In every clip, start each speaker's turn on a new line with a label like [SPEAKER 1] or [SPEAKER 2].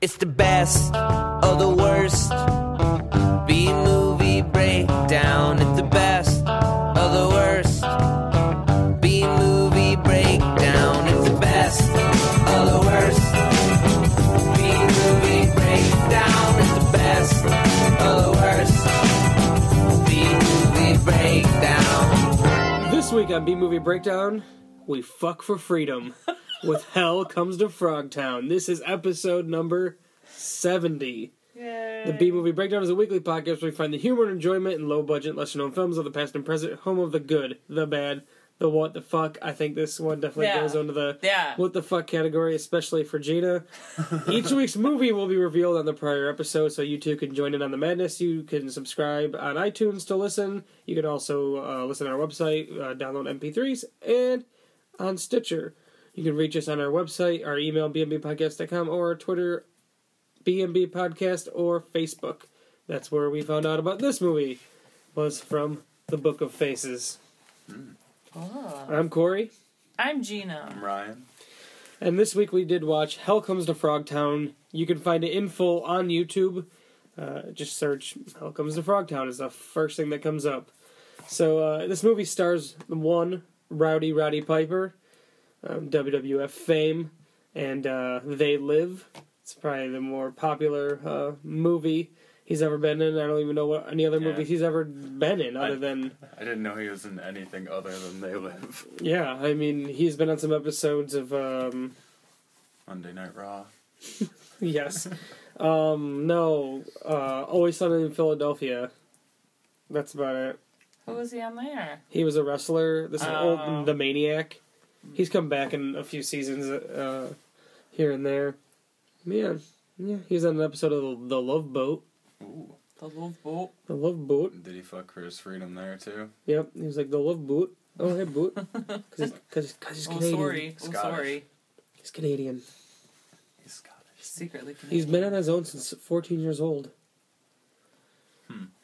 [SPEAKER 1] It's the best of the worst. B movie breakdown. It's the best of the worst. B movie breakdown. It's the best of the worst. B movie breakdown. It's the best of the worst. B movie breakdown.
[SPEAKER 2] This week on B Movie Breakdown, we fuck for freedom. With Hell Comes to Frogtown. This is episode number 70. The B Movie Breakdown is a weekly podcast where we find the humor and enjoyment in low budget, lesser known films of the past and present, home of the good, the bad, the what the fuck. I think this one definitely
[SPEAKER 3] Yeah.
[SPEAKER 2] goes under the
[SPEAKER 3] Yeah.
[SPEAKER 2] what the fuck category, especially for Gina. Each week's movie will be revealed on the prior episode, so you too can join in on the madness. You can subscribe on iTunes to listen. You can also uh, listen on our website, uh, download MP3s, and on Stitcher. You can reach us on our website, our email, bmbpodcast.com, or our Twitter, BMB Podcast, or Facebook. That's where we found out about this movie, was from the Book of Faces. I'm Corey.
[SPEAKER 3] I'm Gina.
[SPEAKER 4] Ryan.
[SPEAKER 2] And this week we did watch Hell Comes to Frogtown. You can find it in full on YouTube. Uh, just search Hell Comes to Frogtown is the first thing that comes up. So uh, this movie stars the one Rowdy Roddy Piper, um, WWF fame, and uh, They Live. It's probably the more popular uh, movie he's ever been in. I don't even know what any other
[SPEAKER 4] Yeah.
[SPEAKER 2] movie he's ever been in other
[SPEAKER 4] I-
[SPEAKER 2] than
[SPEAKER 4] I didn't know he was in anything other than They Live.
[SPEAKER 2] yeah. I mean, he's been on some episodes of. Um,
[SPEAKER 4] Monday Night Raw.
[SPEAKER 2] Yes. um, no. Uh, Always Sunny in Philadelphia. That's about it.
[SPEAKER 3] Who was he on there?
[SPEAKER 2] He was a wrestler. This
[SPEAKER 3] Oh.
[SPEAKER 2] old the maniac. He's come back in a few seasons uh, here and there. Yeah, yeah. He was on an episode of the Love Boat.
[SPEAKER 4] Ooh.
[SPEAKER 3] The Love Boat.
[SPEAKER 2] The Love Boat.
[SPEAKER 4] Did he fuck for his freedom there too?
[SPEAKER 2] Yep. He was like the Love Boot. Oh hey boot. Because because he's
[SPEAKER 3] Oh,
[SPEAKER 2] Canadian.
[SPEAKER 3] sorry. Oh,
[SPEAKER 4] Scottish.
[SPEAKER 3] sorry.
[SPEAKER 2] He's Canadian.
[SPEAKER 4] He's Scottish.
[SPEAKER 3] Secretly Canadian.
[SPEAKER 2] He's been on his own since 14 years old.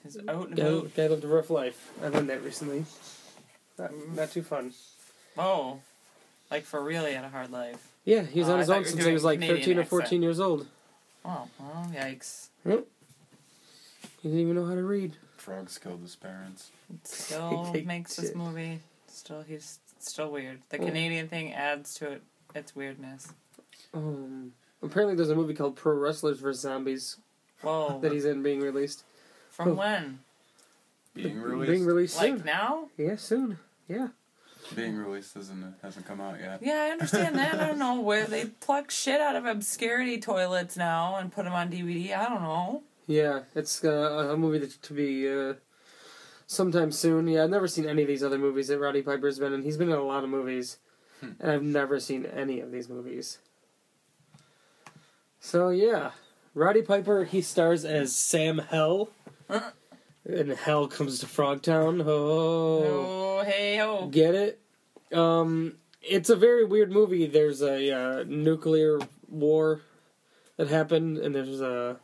[SPEAKER 3] He's out and
[SPEAKER 2] Guy,
[SPEAKER 3] about.
[SPEAKER 2] guy lived a rough life. I learned that recently. Not, not too fun.
[SPEAKER 3] Oh. Like, for real, he had a hard life.
[SPEAKER 2] Yeah, he was
[SPEAKER 3] Oh,
[SPEAKER 2] on
[SPEAKER 3] I
[SPEAKER 2] his
[SPEAKER 3] thought you
[SPEAKER 2] own
[SPEAKER 3] were
[SPEAKER 2] since he
[SPEAKER 3] doing
[SPEAKER 2] was like
[SPEAKER 3] Canadian
[SPEAKER 2] 13 or
[SPEAKER 3] accent.
[SPEAKER 2] 14 years old.
[SPEAKER 3] Oh, well, yikes.
[SPEAKER 2] He didn't even know how to read.
[SPEAKER 4] Frogs killed his parents.
[SPEAKER 3] It still makes this
[SPEAKER 2] Shit.
[SPEAKER 3] movie. Still, he's still weird. The
[SPEAKER 2] Yeah.
[SPEAKER 3] Canadian thing adds to it. Its weirdness.
[SPEAKER 2] Um, apparently, there's a movie called Pro Wrestlers vs. Zombies
[SPEAKER 3] Whoa.
[SPEAKER 2] that he's in being released.
[SPEAKER 3] From when?
[SPEAKER 4] Being released.
[SPEAKER 2] Being released soon.
[SPEAKER 3] Like now?
[SPEAKER 2] yeah, soon. Yeah.
[SPEAKER 4] Being released isn't hasn't come out yet.
[SPEAKER 3] Yeah, I understand that. I don't know where they pluck shit out of obscurity toilets now and put them on DVD. I don't know.
[SPEAKER 2] Yeah, it's uh, a movie that, to be uh, sometime soon. Yeah, I've never seen any of these other movies that Roddy Piper's been in. He's been in a lot of movies, and I've never seen any of these movies. So yeah, Roddy Piper he stars as Sam Hell, and Hell comes to Frogtown. Oh,
[SPEAKER 3] Oh, hey ho.
[SPEAKER 2] get it? Um, it's a very weird movie. There's a uh, nuclear war that happened, and there's a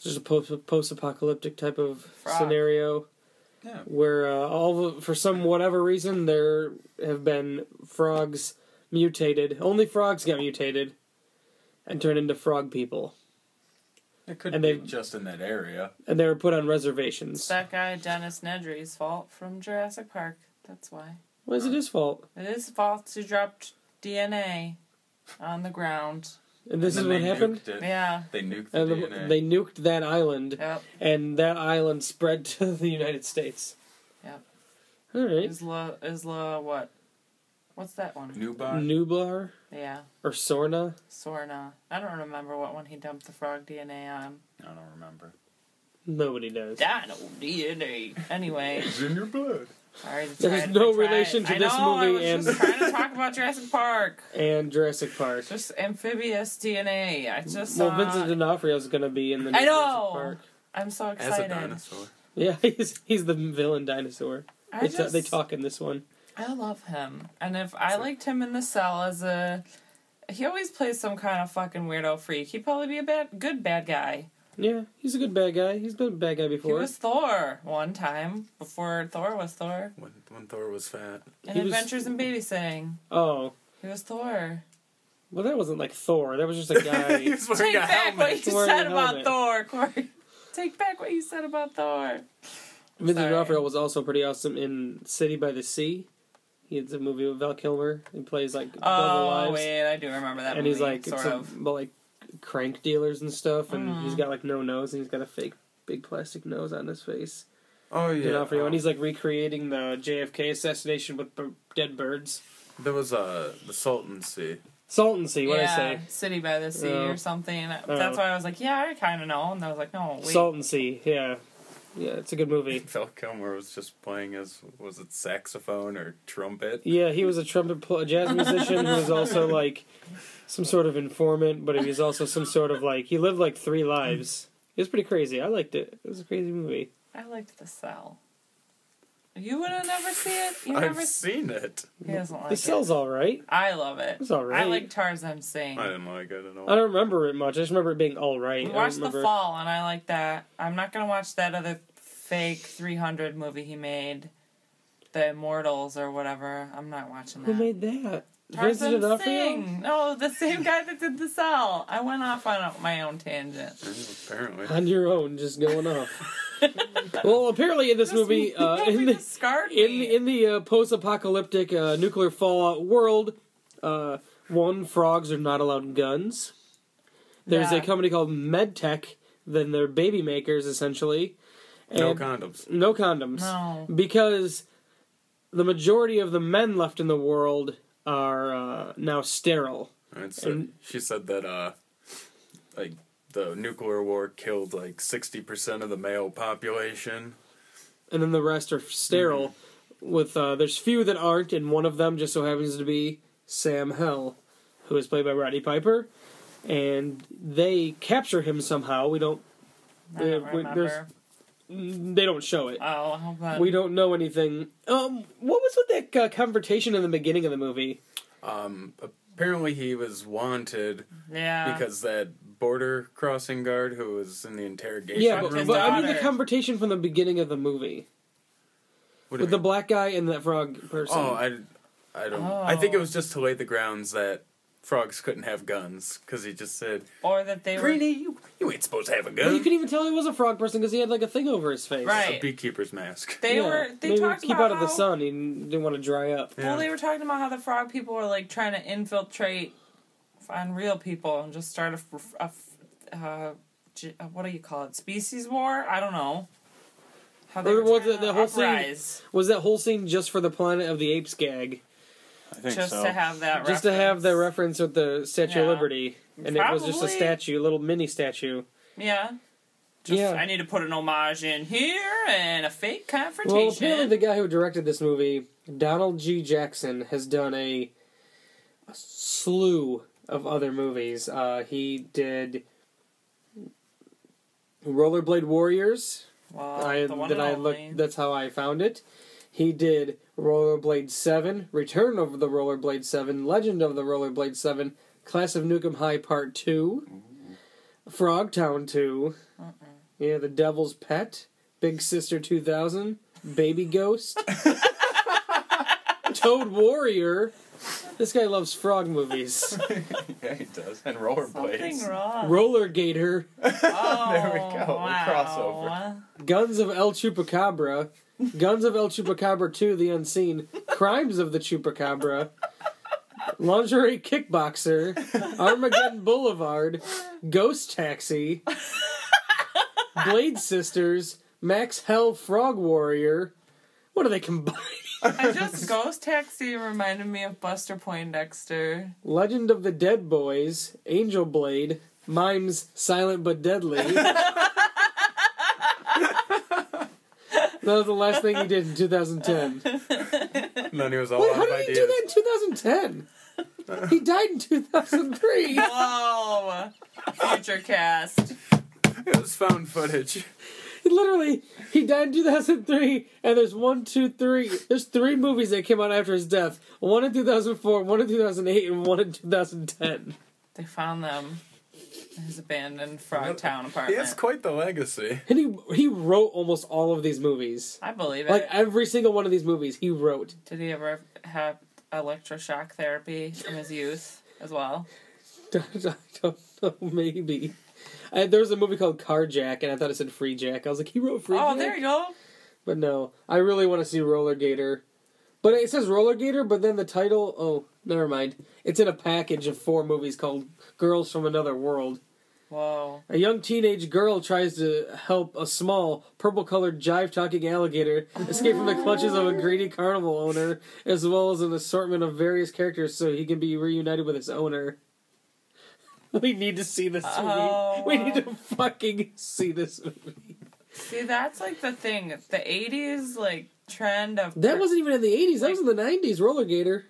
[SPEAKER 2] just a post post apocalyptic type of
[SPEAKER 3] Frog.
[SPEAKER 2] scenario
[SPEAKER 4] Yeah.
[SPEAKER 2] where uh, all the, for some whatever reason there have been frogs mutated. Only frogs get mutated and turn into frog people,
[SPEAKER 4] It could
[SPEAKER 2] And
[SPEAKER 4] be
[SPEAKER 2] they've-
[SPEAKER 4] just in that area.
[SPEAKER 2] and they were put on reservations.
[SPEAKER 3] that guy Dennis Nedry's fault from Jurassic Park. That's why.
[SPEAKER 2] Why is it his fault?
[SPEAKER 3] It is false. He dropped DNA on the ground.
[SPEAKER 2] And this is
[SPEAKER 4] And then
[SPEAKER 2] what
[SPEAKER 4] they
[SPEAKER 2] happened.
[SPEAKER 4] nuked it.
[SPEAKER 3] Yeah.
[SPEAKER 4] They nuked the
[SPEAKER 2] And the-
[SPEAKER 4] DNA.
[SPEAKER 2] they nuked that island.
[SPEAKER 3] Yep.
[SPEAKER 2] and that island spread to the United States.
[SPEAKER 3] Yep.
[SPEAKER 2] All right.
[SPEAKER 3] Isla Isla what? What's that one?
[SPEAKER 4] Nubar.
[SPEAKER 2] Nublar
[SPEAKER 3] Yeah.
[SPEAKER 2] or Sorna?
[SPEAKER 3] Sorna. I don't remember what one he dumped the frog DNA on.
[SPEAKER 4] I don't remember.
[SPEAKER 2] Nobody knows.
[SPEAKER 3] Dino DNA. Anyway,
[SPEAKER 4] It's in your blood.
[SPEAKER 3] I already
[SPEAKER 2] There's
[SPEAKER 3] tried-
[SPEAKER 2] no
[SPEAKER 3] I tried.
[SPEAKER 2] relation to
[SPEAKER 3] I
[SPEAKER 2] this
[SPEAKER 3] know,
[SPEAKER 2] movie
[SPEAKER 3] I was
[SPEAKER 2] and-
[SPEAKER 3] just trying to talk about Jurassic Park.
[SPEAKER 2] And Jurassic Park.
[SPEAKER 3] Just amphibious DNA. I just
[SPEAKER 2] Well,
[SPEAKER 3] saw.
[SPEAKER 2] Vincent D'Onofrio is going to be in the new
[SPEAKER 3] I know!
[SPEAKER 2] Jurassic Park.
[SPEAKER 3] I'm so
[SPEAKER 4] As a
[SPEAKER 3] excited.
[SPEAKER 4] dinosaur.
[SPEAKER 2] Yeah, he's he's the villain dinosaur. They,
[SPEAKER 3] I
[SPEAKER 2] ta- they
[SPEAKER 3] just-
[SPEAKER 2] talk in this one.
[SPEAKER 3] I love him. And if I liked him in the cell as a he always plays some kind of fucking weirdo freak. He'd probably be a bad good bad guy.
[SPEAKER 2] Yeah, he's a good bad guy. He's been a bad guy
[SPEAKER 3] He
[SPEAKER 2] before.
[SPEAKER 3] was Thor one time before Thor was Thor.
[SPEAKER 4] When when Thor was fat.
[SPEAKER 3] And
[SPEAKER 2] He was-
[SPEAKER 3] Adventures in Babysitting.
[SPEAKER 2] Oh,
[SPEAKER 3] He was Thor.
[SPEAKER 2] Well, that wasn't like Thor. That was just a
[SPEAKER 4] he
[SPEAKER 2] guy.
[SPEAKER 4] was
[SPEAKER 3] Take
[SPEAKER 4] wearing a
[SPEAKER 3] back
[SPEAKER 4] helmet.
[SPEAKER 3] what you
[SPEAKER 2] Wearing a
[SPEAKER 3] said about
[SPEAKER 2] helmet.
[SPEAKER 3] Thor, Corey. Take back what you said about Thor.
[SPEAKER 2] Vincent
[SPEAKER 3] Sorry.
[SPEAKER 2] D'Onofrio was also pretty awesome in City by the Sea. He had a movie with Val Kilmer. He plays like double
[SPEAKER 3] Oh
[SPEAKER 2] lives,
[SPEAKER 3] wait, I do remember that.
[SPEAKER 2] and
[SPEAKER 3] movie,
[SPEAKER 2] he's like
[SPEAKER 3] sort
[SPEAKER 2] some,
[SPEAKER 3] of.
[SPEAKER 2] but like crank dealers and stuff. And
[SPEAKER 3] Mhm.
[SPEAKER 2] he's got like no nose, and he's got a fake big plastic nose on his face.
[SPEAKER 4] Oh yeah.
[SPEAKER 2] D'Onofrio,
[SPEAKER 4] um,
[SPEAKER 2] and he's like recreating the JFK assassination with b- dead birds.
[SPEAKER 4] There was uh, the Sultan Sea.
[SPEAKER 2] Salton Sea, what
[SPEAKER 3] yeah,
[SPEAKER 2] I say?
[SPEAKER 3] City by the Sea
[SPEAKER 2] Oh.
[SPEAKER 3] or something. That's why I was like, yeah, I kind of know. And I was like, no, wait.
[SPEAKER 2] Salton Sea, yeah, yeah. It's a good movie.
[SPEAKER 4] Val Kilmer was just playing as was it saxophone or trumpet?
[SPEAKER 2] Yeah, he was a trumpet pl- a jazz musician who was also like some sort of informant, but he was also some sort of like he lived like three lives. It was pretty crazy. I liked it. It was a crazy movie.
[SPEAKER 3] I liked the cell. You would have never see it. You
[SPEAKER 4] I've
[SPEAKER 3] never. See-
[SPEAKER 4] seen it.
[SPEAKER 3] he doesn't like
[SPEAKER 2] the cell's
[SPEAKER 3] it.
[SPEAKER 2] all right.
[SPEAKER 3] I love it.
[SPEAKER 2] It's all right.
[SPEAKER 3] I like Tarzan Singh.
[SPEAKER 4] I didn't like it at all.
[SPEAKER 2] I don't remember it much. I just remember it being all right.
[SPEAKER 3] We
[SPEAKER 2] I don't
[SPEAKER 3] watched The
[SPEAKER 2] remember-
[SPEAKER 3] Fall, and I like that. I'm not gonna watch that other fake 300 movie he made, The Immortals or whatever. I'm not watching that.
[SPEAKER 2] Who made that?
[SPEAKER 3] Tarzan
[SPEAKER 2] Vincent D'Onofrio?
[SPEAKER 3] Singh. No, the same guy that did The Cell. I went off on a- my own tangent.
[SPEAKER 4] Apparently.
[SPEAKER 2] On your own, just going off. well, apparently in this movie, uh, in
[SPEAKER 3] movie
[SPEAKER 2] the
[SPEAKER 3] just scarred
[SPEAKER 2] in
[SPEAKER 3] me.
[SPEAKER 2] the, in the uh, post-apocalyptic uh, nuclear fallout world, uh, one frogs are not allowed guns. There's
[SPEAKER 3] Yeah.
[SPEAKER 2] a company called MedTech. Then they're baby makers essentially.
[SPEAKER 4] no
[SPEAKER 2] And-
[SPEAKER 4] condoms.
[SPEAKER 2] no condoms.
[SPEAKER 3] No.
[SPEAKER 2] Because the majority of the men left in the world are uh, now sterile.
[SPEAKER 4] And so
[SPEAKER 2] and-
[SPEAKER 4] she said that uh, like the nuclear war killed like sixty percent of the male population.
[SPEAKER 2] and then the rest are sterile.
[SPEAKER 4] Mm-hmm.
[SPEAKER 2] With uh, there's few that aren't, and one of them just so happens to be Sam Hell, who is played by Roddy Piper, and they capture him somehow. We don't.
[SPEAKER 3] I don't
[SPEAKER 2] uh, we-
[SPEAKER 3] remember.
[SPEAKER 2] there's- They don't show
[SPEAKER 4] Uh,
[SPEAKER 2] it.
[SPEAKER 3] oh, I hope that.
[SPEAKER 2] We don't know anything. Um, what was with that uh, conversation in the beginning of the movie?
[SPEAKER 4] Um, apparently he was wanted
[SPEAKER 3] Yeah.
[SPEAKER 4] because that border crossing guard who was in the interrogation
[SPEAKER 2] yeah,
[SPEAKER 4] room.
[SPEAKER 2] but,
[SPEAKER 3] his
[SPEAKER 2] but I mean the
[SPEAKER 3] daughter.
[SPEAKER 2] conversation from the beginning of the movie
[SPEAKER 4] What do you
[SPEAKER 2] with the
[SPEAKER 4] mean?
[SPEAKER 2] black guy and that frog person.
[SPEAKER 4] Oh, I, I don't. I
[SPEAKER 2] Oh.
[SPEAKER 4] think it was just to lay the grounds that frogs couldn't have guns because he just said,
[SPEAKER 3] or that they were.
[SPEAKER 4] "Greenie, you, you ain't supposed to have a
[SPEAKER 2] But you
[SPEAKER 4] gun."
[SPEAKER 2] could even tell he was a frog person because he had like a thing over his face.
[SPEAKER 3] Right.
[SPEAKER 4] A beekeeper's mask.
[SPEAKER 3] They
[SPEAKER 2] Yeah,
[SPEAKER 3] were. They
[SPEAKER 2] maybe
[SPEAKER 3] talked
[SPEAKER 2] keep
[SPEAKER 3] about
[SPEAKER 2] out of the
[SPEAKER 3] how-
[SPEAKER 2] sun. He didn't want to dry up.
[SPEAKER 4] Yeah.
[SPEAKER 3] Well, they were talking about how the frog people were like trying to infiltrate on real people and just start a, f- a f- uh, g- uh, what do you call it? Species war? I don't know. How
[SPEAKER 2] Or
[SPEAKER 3] were
[SPEAKER 2] was
[SPEAKER 3] trying
[SPEAKER 2] it
[SPEAKER 3] to
[SPEAKER 2] the whole thing-
[SPEAKER 3] uprise
[SPEAKER 2] Was that whole scene just for the Planet of the Apes gag?
[SPEAKER 5] I think
[SPEAKER 3] Just
[SPEAKER 5] so.
[SPEAKER 3] to have that.
[SPEAKER 2] Just to have the reference
[SPEAKER 3] reference.
[SPEAKER 2] with the Statue of
[SPEAKER 3] Yeah.
[SPEAKER 2] Liberty. And it was just a
[SPEAKER 3] Probably.
[SPEAKER 2] statue, a little mini statue.
[SPEAKER 3] Yeah. Just,
[SPEAKER 2] Yeah.
[SPEAKER 3] I need to put an homage in here and a fake confrontation.
[SPEAKER 2] Well, apparently the guy who directed this movie, Donald G. Jackson, has done a, a slew of other movies. Uh, he did Rollerblade Warriors.
[SPEAKER 3] Well,
[SPEAKER 2] I,
[SPEAKER 3] the one
[SPEAKER 2] that
[SPEAKER 3] and
[SPEAKER 2] I
[SPEAKER 3] only.
[SPEAKER 2] looked. That's how I found it. He did Rollerblade Seven, Return of the Rollerblade Seven, Legend of the Rollerblade Seven, Class of Nukem High Part Two, Frogtown 2 yeah, The Devil's Pet, Big Sister Two Thousand, Baby Ghost, Toad Warrior. This guy loves frog movies.
[SPEAKER 5] yeah, he does. And
[SPEAKER 3] Something
[SPEAKER 5] rollerblades.
[SPEAKER 3] wrong.
[SPEAKER 2] Roller Gator,
[SPEAKER 3] Oh,
[SPEAKER 5] There we go, a
[SPEAKER 3] Wow.
[SPEAKER 2] Guns of El Chupacabra, Guns of El Chupacabra 2, The Unseen, Crimes of the Chupacabra, Lingerie Kickboxer, Armageddon Boulevard, Ghost Taxi, Blade Sisters, Max Hell Frog Warrior. What are they combined?
[SPEAKER 3] I just Ghost Taxi reminded me of Buster Poindexter.
[SPEAKER 2] Legend of the Dead Boys, Angel Blade, Mimes Silent but Deadly. that was the last thing he did in 2010.
[SPEAKER 4] And then he was all
[SPEAKER 2] Wait,
[SPEAKER 4] out
[SPEAKER 2] how
[SPEAKER 4] of
[SPEAKER 2] did
[SPEAKER 4] ideas.
[SPEAKER 2] he do that in 2010? he died in 2003.
[SPEAKER 3] Whoa! Oh, Future cast.
[SPEAKER 4] It was found footage.
[SPEAKER 2] He Literally, he died in 2003, and there's one, two, three. There's three movies that came out after his death. One in 2004, one in 2008, and one in 2010.
[SPEAKER 3] They found them. in His abandoned Frog Town
[SPEAKER 4] He
[SPEAKER 3] apartment.
[SPEAKER 4] has quite the legacy.
[SPEAKER 2] And he he wrote almost all of these movies.
[SPEAKER 3] I believe it.
[SPEAKER 2] Like every single one of these movies, he wrote.
[SPEAKER 3] Did he ever have electroshock therapy in his youth as well?
[SPEAKER 2] I don't know. Maybe. I, there was a movie called Carjack, and I thought it said Free Jack. I was like, he wrote Free
[SPEAKER 3] Oh,
[SPEAKER 2] Jack?
[SPEAKER 3] there you go.
[SPEAKER 2] But no, I really want to see Roller Gator. But it says Roller Gator, but then the title. Oh, never mind. It's in a package of four movies called Girls from Another World.
[SPEAKER 3] Whoa.
[SPEAKER 2] A young teenage girl tries to help a small, purple colored, jive talking alligator escape from the clutches of a greedy carnival owner, as well as an assortment of various characters so he can be reunited with his owner. We need to see this movie.
[SPEAKER 3] Oh,
[SPEAKER 2] we
[SPEAKER 3] wow.
[SPEAKER 2] need to fucking see this movie.
[SPEAKER 3] See, that's like the thing. The 80s, like, trend of.
[SPEAKER 2] That wasn't even in the 80s, that was in the 90s, Roller Gator.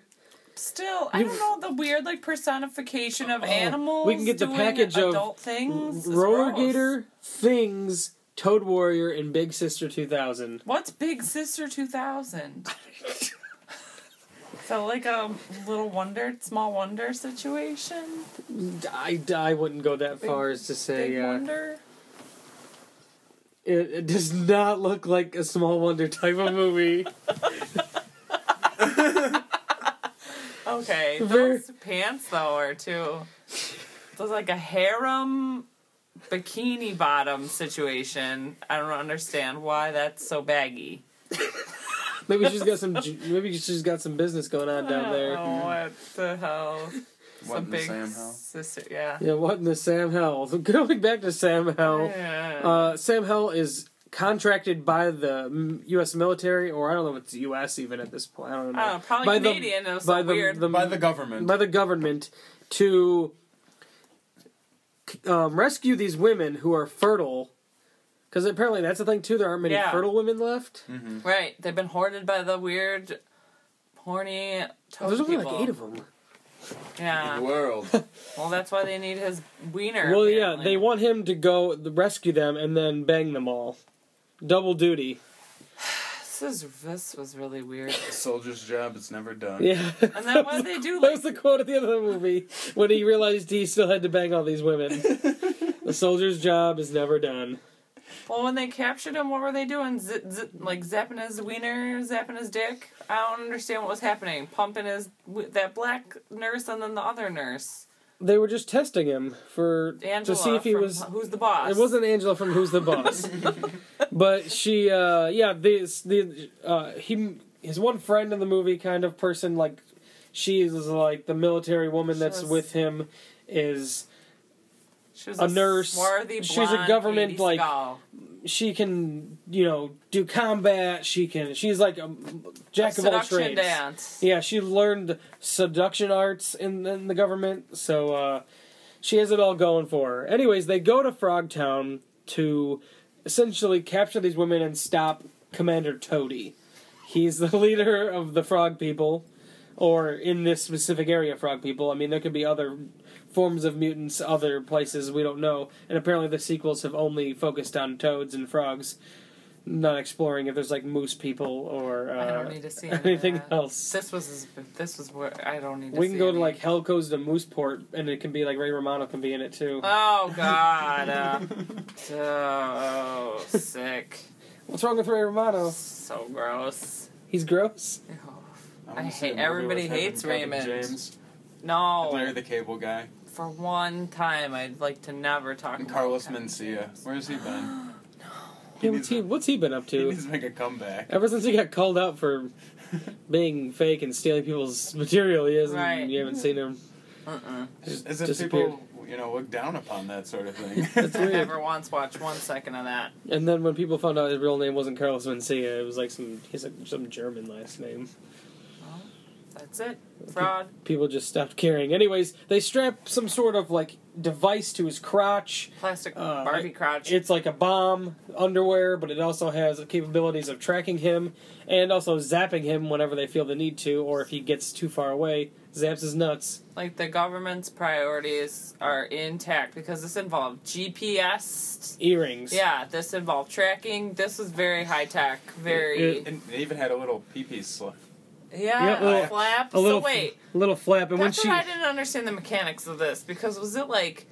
[SPEAKER 3] Still, I don't know the weird, like, personification of animals.
[SPEAKER 2] we can get the
[SPEAKER 3] doing
[SPEAKER 2] package of
[SPEAKER 3] adult things. It's
[SPEAKER 2] Roller
[SPEAKER 3] gross.
[SPEAKER 2] Gator, Things, Toad Warrior, and Big Sister 2000.
[SPEAKER 3] What's Big Sister 2000? so, like, a little wonder, small wonder situation?
[SPEAKER 2] I, I wouldn't go that far as to say.
[SPEAKER 3] Big
[SPEAKER 2] uh,
[SPEAKER 3] wonder?
[SPEAKER 2] It, it does not look like a Small Wonder type of movie.
[SPEAKER 3] Okay,
[SPEAKER 2] Very-
[SPEAKER 3] those pants though are too. Those like a harem bikini bottom situation. I don't understand why that's so baggy.
[SPEAKER 2] maybe she's got some. ju- Maybe she's got some business going on down there.
[SPEAKER 3] Oh, what the hell?
[SPEAKER 5] What in
[SPEAKER 3] Some
[SPEAKER 5] the
[SPEAKER 3] big
[SPEAKER 5] Sam hell?
[SPEAKER 3] sister, yeah.
[SPEAKER 2] Yeah, what in the Sam Hell? Going back to Sam Hell.
[SPEAKER 3] Yeah.
[SPEAKER 2] Uh, Sam Hell is contracted by the mm, U.S. military, or I don't know if it's U.S. even at this point. I don't know.
[SPEAKER 3] I don't know, Oh, probably
[SPEAKER 2] by
[SPEAKER 3] Canadian,
[SPEAKER 2] The,
[SPEAKER 3] it was so
[SPEAKER 2] by the,
[SPEAKER 3] weird.
[SPEAKER 2] the-
[SPEAKER 5] By the government.
[SPEAKER 2] by the government to um, rescue these women who are fertile. Because apparently that's the thing too. There aren't many
[SPEAKER 3] Yeah.
[SPEAKER 2] fertile women left.
[SPEAKER 3] right, they've been hoarded by the weird, horny toad
[SPEAKER 2] There's only
[SPEAKER 3] people.
[SPEAKER 2] like eight of them.
[SPEAKER 3] Yeah.
[SPEAKER 5] world.
[SPEAKER 3] Well, that's why they need his wiener.
[SPEAKER 2] Well, yeah,
[SPEAKER 3] apparently.
[SPEAKER 2] they want him to go rescue them and then bang them all. Double duty.
[SPEAKER 3] This is this was really weird.
[SPEAKER 5] Soldier's job is never done.
[SPEAKER 2] Yeah.
[SPEAKER 3] And then what they do,
[SPEAKER 2] That
[SPEAKER 3] like,
[SPEAKER 2] was the quote at the end of the movie when he realized he still had to bang all these women. the soldier's job is never done.
[SPEAKER 3] Well, when they captured him, what were they doing? Z- z- like zapping his wiener, zapping his dick? I don't understand what was happening. Pumping his wi- that black nurse and then the other nurse,
[SPEAKER 2] They were just testing him for to
[SPEAKER 3] Angela.
[SPEAKER 2] see if he
[SPEAKER 3] from
[SPEAKER 2] was.
[SPEAKER 3] who's the boss?
[SPEAKER 2] It wasn't Angela from Who's the Boss, but she, uh, yeah, this the uh, he his one friend in the movie kind of person like she is like the military woman
[SPEAKER 3] She
[SPEAKER 2] that's
[SPEAKER 3] was-
[SPEAKER 2] with him is
[SPEAKER 3] She was
[SPEAKER 2] a nurse.
[SPEAKER 3] Swarthy,
[SPEAKER 2] She was a
[SPEAKER 3] blonde
[SPEAKER 2] government,
[SPEAKER 3] Katie
[SPEAKER 2] like-
[SPEAKER 3] Sagal.
[SPEAKER 2] she can you know do combat she can she's like a jack of all
[SPEAKER 3] seduction
[SPEAKER 2] trades
[SPEAKER 3] dance.
[SPEAKER 2] yeah she learned seduction arts in, in the government so uh she has it all going for her anyways they go to frogtown to essentially capture these women and stop commander toady he's the leader of the frog people or in this specific area frog people i mean there could be other forms of mutants other places we don't know and apparently the sequels have only focused on toads and frogs not exploring if there's like moose people or uh,
[SPEAKER 3] I don't need to see any of
[SPEAKER 2] anything
[SPEAKER 3] that.
[SPEAKER 2] else
[SPEAKER 3] This was his- this was where I don't need. to
[SPEAKER 2] we can
[SPEAKER 3] see
[SPEAKER 2] go
[SPEAKER 3] any.
[SPEAKER 2] to like Hellco's to Mooseport and it can be like ray romano can be in it too
[SPEAKER 3] Oh God, uh, so sick,
[SPEAKER 2] what's wrong with ray romano
[SPEAKER 3] so gross.
[SPEAKER 2] he's gross
[SPEAKER 5] wanna
[SPEAKER 3] I
[SPEAKER 5] see
[SPEAKER 3] hate-
[SPEAKER 5] a movie
[SPEAKER 3] everybody
[SPEAKER 5] with him
[SPEAKER 3] hates
[SPEAKER 5] and Kevin
[SPEAKER 3] Raymond. Oh.
[SPEAKER 5] James,
[SPEAKER 3] No,
[SPEAKER 5] Larry the Cable Guy,
[SPEAKER 3] for one time, I'd like to never talk.
[SPEAKER 5] and
[SPEAKER 3] about
[SPEAKER 5] Carlos
[SPEAKER 3] Kevin
[SPEAKER 5] Mencia.
[SPEAKER 3] James.
[SPEAKER 5] Where's he been?
[SPEAKER 2] yeah,
[SPEAKER 5] needs
[SPEAKER 2] what's, he,
[SPEAKER 5] a-
[SPEAKER 2] what's he been up
[SPEAKER 5] He
[SPEAKER 2] to
[SPEAKER 5] needs to make a comeback.
[SPEAKER 2] ever since he got called out for being fake and stealing people's material he hasn't
[SPEAKER 3] Right.
[SPEAKER 2] you haven't seen him
[SPEAKER 3] Uh-uh.
[SPEAKER 2] just
[SPEAKER 5] As if
[SPEAKER 2] disappeared
[SPEAKER 5] people, you know, look down upon that sort of thing.
[SPEAKER 2] That's
[SPEAKER 3] I
[SPEAKER 2] weird.
[SPEAKER 3] never once watched one second of that.
[SPEAKER 2] And then when people found out his real name wasn't Carlos Mencia, it was like some he's like some German last name.
[SPEAKER 3] That's it. Fraud.
[SPEAKER 2] People just stopped caring. Anyways, they strap some sort of like device to his crotch.
[SPEAKER 3] Plastic
[SPEAKER 2] Uh,
[SPEAKER 3] Barbie crotch.
[SPEAKER 2] It's like a bomb underwear, but it also has capabilities of tracking him and also zapping him whenever they feel the need to, or if he gets too far away, zaps his nuts.
[SPEAKER 3] like the government's priorities are intact because this involved GPS.
[SPEAKER 2] Earrings.
[SPEAKER 3] Yeah, this involved tracking. This was very high tech. Very.
[SPEAKER 5] and they even had a little pee-pee slip.
[SPEAKER 3] yeah,
[SPEAKER 2] Yeah, well,
[SPEAKER 3] a flap.
[SPEAKER 2] A little
[SPEAKER 3] so wait.
[SPEAKER 2] little flap, and
[SPEAKER 3] That's
[SPEAKER 2] when she
[SPEAKER 3] what I didn't understand the mechanics of this because was it like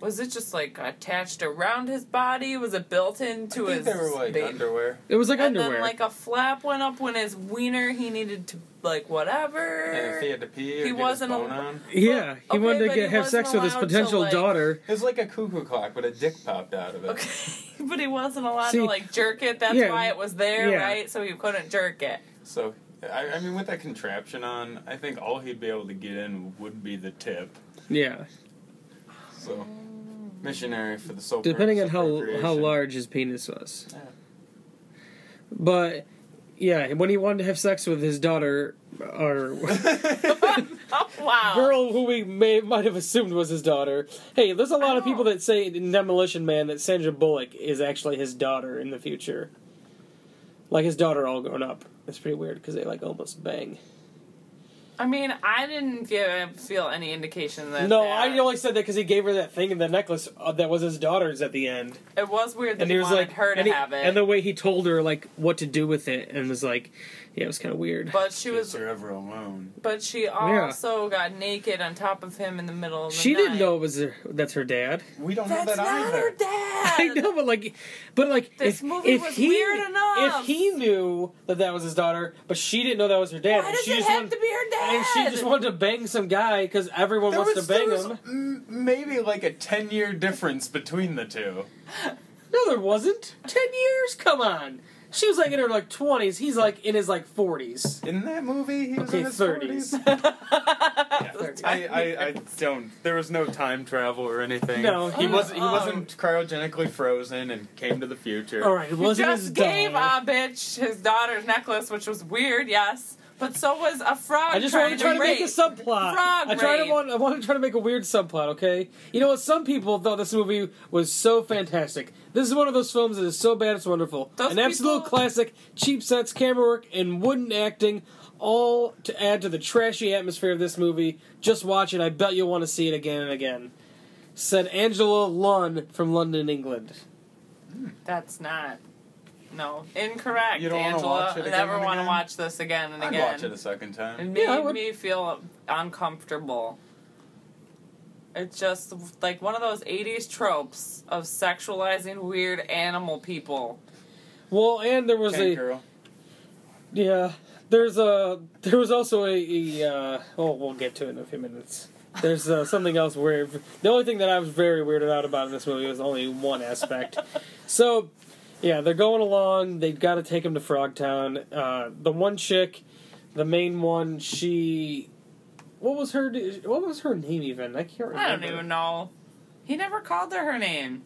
[SPEAKER 3] Was it just like attached around his body? Was it built into
[SPEAKER 5] I
[SPEAKER 3] his
[SPEAKER 5] think they were like
[SPEAKER 3] ba-
[SPEAKER 5] underwear.
[SPEAKER 2] It was like
[SPEAKER 3] And
[SPEAKER 2] underwear.
[SPEAKER 3] then like a flap went up when his wiener he needed to like
[SPEAKER 5] And if he
[SPEAKER 3] whatever.
[SPEAKER 5] had to pee or
[SPEAKER 3] He
[SPEAKER 5] get
[SPEAKER 3] wasn't
[SPEAKER 5] his
[SPEAKER 3] a-
[SPEAKER 5] bone on.
[SPEAKER 2] yeah, he
[SPEAKER 3] Okay,
[SPEAKER 2] wanted to
[SPEAKER 3] but
[SPEAKER 2] get
[SPEAKER 3] he
[SPEAKER 2] have sex with
[SPEAKER 3] wasn't
[SPEAKER 2] his
[SPEAKER 3] allowed to,
[SPEAKER 2] potential
[SPEAKER 3] like-
[SPEAKER 2] daughter.
[SPEAKER 5] It was like a cuckoo clock, but a dick popped out of it.
[SPEAKER 3] Okay, but he wasn't allowed
[SPEAKER 2] See,
[SPEAKER 3] to like jerk it. That's
[SPEAKER 2] yeah,
[SPEAKER 3] why it was there,
[SPEAKER 2] yeah.
[SPEAKER 3] right? So he couldn't jerk it.
[SPEAKER 5] So, I, I mean, with that contraption on, I think all he'd be able to get in would be the tip.
[SPEAKER 2] Yeah,
[SPEAKER 5] So, missionary for the soap.
[SPEAKER 2] depending on how how large his penis was.
[SPEAKER 5] Yeah.
[SPEAKER 2] But yeah, when he wanted to have sex with his daughter, or
[SPEAKER 3] Oh wow!
[SPEAKER 2] girl who we may might have assumed was his daughter. Hey, there's a lot of
[SPEAKER 3] know.
[SPEAKER 2] people that say in Demolition Man that Sandra Bullock is actually his daughter in the future. Like his daughter all grown up. It's pretty weird because they like almost bang.
[SPEAKER 3] I mean, I didn't give, feel any indication that.
[SPEAKER 2] no,
[SPEAKER 3] that-
[SPEAKER 2] I only said that because he gave her that thing and the necklace uh, that was his daughter's at the end.
[SPEAKER 3] It was weird that
[SPEAKER 2] and
[SPEAKER 3] he,
[SPEAKER 2] he was
[SPEAKER 3] wanted
[SPEAKER 2] like
[SPEAKER 3] her to
[SPEAKER 2] and, he-
[SPEAKER 3] have it,
[SPEAKER 2] and the way he told her like what to do with it and was like, yeah, it was kind of weird.
[SPEAKER 3] but she was.
[SPEAKER 5] forever alone.
[SPEAKER 3] But she also got naked on top of him in the middle of the
[SPEAKER 2] she didn't
[SPEAKER 3] night.
[SPEAKER 2] know it was her, that's her dad.
[SPEAKER 5] We don't
[SPEAKER 3] That's
[SPEAKER 5] know that
[SPEAKER 3] not
[SPEAKER 5] either.
[SPEAKER 3] her dad.
[SPEAKER 2] I know, but like, but like,
[SPEAKER 3] This
[SPEAKER 2] if,
[SPEAKER 3] movie
[SPEAKER 2] if
[SPEAKER 3] was
[SPEAKER 2] he,
[SPEAKER 3] weird enough.
[SPEAKER 2] If he knew that that was his daughter, but she didn't know that was her dad,
[SPEAKER 3] Why
[SPEAKER 2] and
[SPEAKER 3] does
[SPEAKER 2] she
[SPEAKER 3] it
[SPEAKER 2] just
[SPEAKER 3] have
[SPEAKER 2] wanted,
[SPEAKER 3] to be her dad?
[SPEAKER 2] and she just wanted to bang some guy because everyone
[SPEAKER 5] There
[SPEAKER 2] wants
[SPEAKER 5] was,
[SPEAKER 2] to bang
[SPEAKER 5] there was
[SPEAKER 2] him.
[SPEAKER 5] m- maybe like a ten year difference between the two.
[SPEAKER 2] No, there wasn't. Ten years? Come on. She was like in her like twenties. He's like in his like forties.
[SPEAKER 5] In that movie, he was
[SPEAKER 2] Okay,
[SPEAKER 5] in his
[SPEAKER 2] 30s.
[SPEAKER 5] 40s. I, I, I don't. There was no time travel or anything.
[SPEAKER 2] No,
[SPEAKER 5] he
[SPEAKER 2] oh,
[SPEAKER 5] wasn't. He
[SPEAKER 3] oh.
[SPEAKER 5] wasn't cryogenically frozen and came to the future.
[SPEAKER 2] All right, it
[SPEAKER 3] He
[SPEAKER 2] wasn't his
[SPEAKER 3] just gave
[SPEAKER 2] daughter.
[SPEAKER 3] a bitch his daughter's necklace, which was weird, yes. But so was a frog.
[SPEAKER 2] I just
[SPEAKER 3] trying
[SPEAKER 2] wanted to try to make a
[SPEAKER 3] rape.
[SPEAKER 2] subplot.
[SPEAKER 3] Frog
[SPEAKER 2] I tried to
[SPEAKER 3] rape.
[SPEAKER 2] want, I wanted to try to make a weird subplot. Okay, you know what? Some people thought this movie was so fantastic. This is one of those films that is so bad it's wonderful.
[SPEAKER 3] Those
[SPEAKER 2] An absolute
[SPEAKER 3] people-
[SPEAKER 2] classic. Cheap sets, camera work, and wooden acting, all to add to the trashy atmosphere of this movie. Just watch it. I bet you'll want to see it again and again. Said Angela Lunn from London, England.
[SPEAKER 3] That's not. No, incorrect.
[SPEAKER 5] You don't wanna
[SPEAKER 3] Angela.
[SPEAKER 5] watch it
[SPEAKER 3] I
[SPEAKER 5] again
[SPEAKER 3] never
[SPEAKER 5] and
[SPEAKER 3] want to
[SPEAKER 5] again?
[SPEAKER 3] watch this again and
[SPEAKER 5] I'd
[SPEAKER 3] again.
[SPEAKER 5] watch it a second
[SPEAKER 3] It
[SPEAKER 5] time.
[SPEAKER 3] made
[SPEAKER 2] I would.
[SPEAKER 3] me feel uncomfortable. It's just like one of those '80s tropes of sexualizing weird animal people.
[SPEAKER 2] Well, and there was
[SPEAKER 5] Tank
[SPEAKER 2] a
[SPEAKER 5] girl.
[SPEAKER 2] Yeah, there's a there was also a, a uh, oh we'll get to it in a few minutes. There's uh, something else weird. The only thing that I was very weirded out about in this movie was only one aspect. so, yeah, they're going along. They've got to take him to Frogtown. Uh, the one chick, the main one, she. What was her? What was her name even? I can't remember.
[SPEAKER 3] I don't even know. He never called her her name.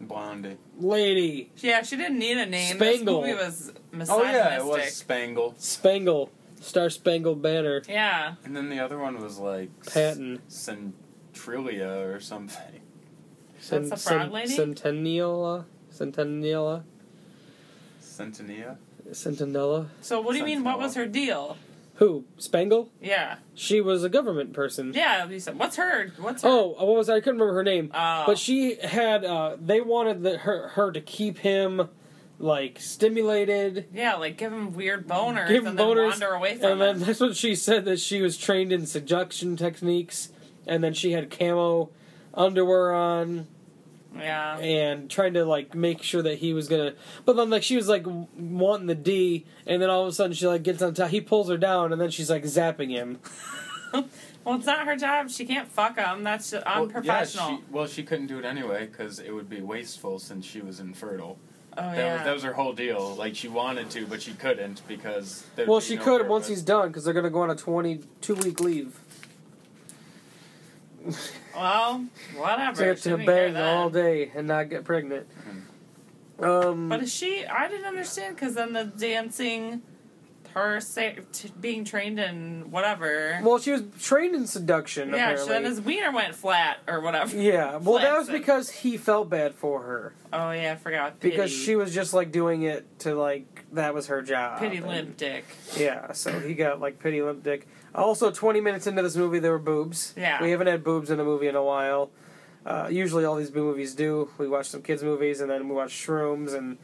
[SPEAKER 5] Blondie.
[SPEAKER 2] Lady
[SPEAKER 3] Yeah, she didn't need a name.
[SPEAKER 2] Spangle.
[SPEAKER 3] This movie was
[SPEAKER 5] Oh
[SPEAKER 3] misogynistic.
[SPEAKER 5] yeah, it was Spangle.
[SPEAKER 2] Spangle, Star Spangled Banner,
[SPEAKER 3] Yeah.
[SPEAKER 5] And then the other one was like s-
[SPEAKER 2] Patton.
[SPEAKER 5] Centrilia or something.
[SPEAKER 3] That's the frog lady?
[SPEAKER 2] Centennial, uh, Centennial. uh,
[SPEAKER 5] Centinea.
[SPEAKER 2] Sentinella.
[SPEAKER 3] So what do you mean? What
[SPEAKER 5] Sentinella.
[SPEAKER 3] was her deal?
[SPEAKER 2] Who? Spangle?
[SPEAKER 3] Yeah.
[SPEAKER 2] She was a government person.
[SPEAKER 3] Yeah. You said what's her? What's her?
[SPEAKER 2] Oh, what was I? I couldn't remember her name.
[SPEAKER 3] Oh.
[SPEAKER 2] But she had. Uh, they wanted the, her her to keep him like stimulated.
[SPEAKER 3] Yeah, like give him weird boners
[SPEAKER 2] Give him
[SPEAKER 3] and
[SPEAKER 2] boners,
[SPEAKER 3] then wander away from
[SPEAKER 2] And then
[SPEAKER 3] him.
[SPEAKER 2] that's what she said that she was trained in seduction techniques, and then she had camo underwear on
[SPEAKER 3] Yeah.
[SPEAKER 2] and trying to like make sure that he was gonna. But then like she was like w- wanting the D, and then all of a sudden she like gets on top. He pulls her down, and then she's like zapping him.
[SPEAKER 3] Well, it's not her job. She can't fuck him. That's just unprofessional.
[SPEAKER 5] Well, yeah, she, well, she couldn't do it anyway because it would be wasteful since she was infertile.
[SPEAKER 3] oh
[SPEAKER 5] that,
[SPEAKER 3] yeah.
[SPEAKER 5] was, that was her whole deal. Like she wanted to, but she couldn't because. there'd
[SPEAKER 2] Well,
[SPEAKER 5] be
[SPEAKER 2] she
[SPEAKER 5] no
[SPEAKER 2] could once
[SPEAKER 5] purpose.
[SPEAKER 2] he's done because they're gonna go on a twenty-two week leave.
[SPEAKER 3] well, whatever.
[SPEAKER 2] So you have
[SPEAKER 3] She
[SPEAKER 2] to
[SPEAKER 3] didn't care
[SPEAKER 2] bang all
[SPEAKER 3] then. Mm-hmm.
[SPEAKER 2] day and not get pregnant. Um,
[SPEAKER 3] But is she? I didn't understand because then the dancing, her sa- t- being trained in whatever.
[SPEAKER 2] well, she was trained in seduction.
[SPEAKER 3] yeah. So
[SPEAKER 2] apparently.
[SPEAKER 3] then his wiener went flat or whatever.
[SPEAKER 2] yeah. Well, that was
[SPEAKER 3] Flaccid.
[SPEAKER 2] because he felt bad for her
[SPEAKER 3] Oh yeah, I forgot. Pity.
[SPEAKER 2] because she was just like doing it to like that was her job.
[SPEAKER 3] pity
[SPEAKER 2] and-
[SPEAKER 3] limp dick.
[SPEAKER 2] Yeah. So he got like pity limp dick. Also, twenty minutes into this movie, there were boobs.
[SPEAKER 3] Yeah.
[SPEAKER 2] We haven't had boobs in a movie in a while. Uh, usually, all these boob movies do. We watch some kids movies, and then we watch Shrooms and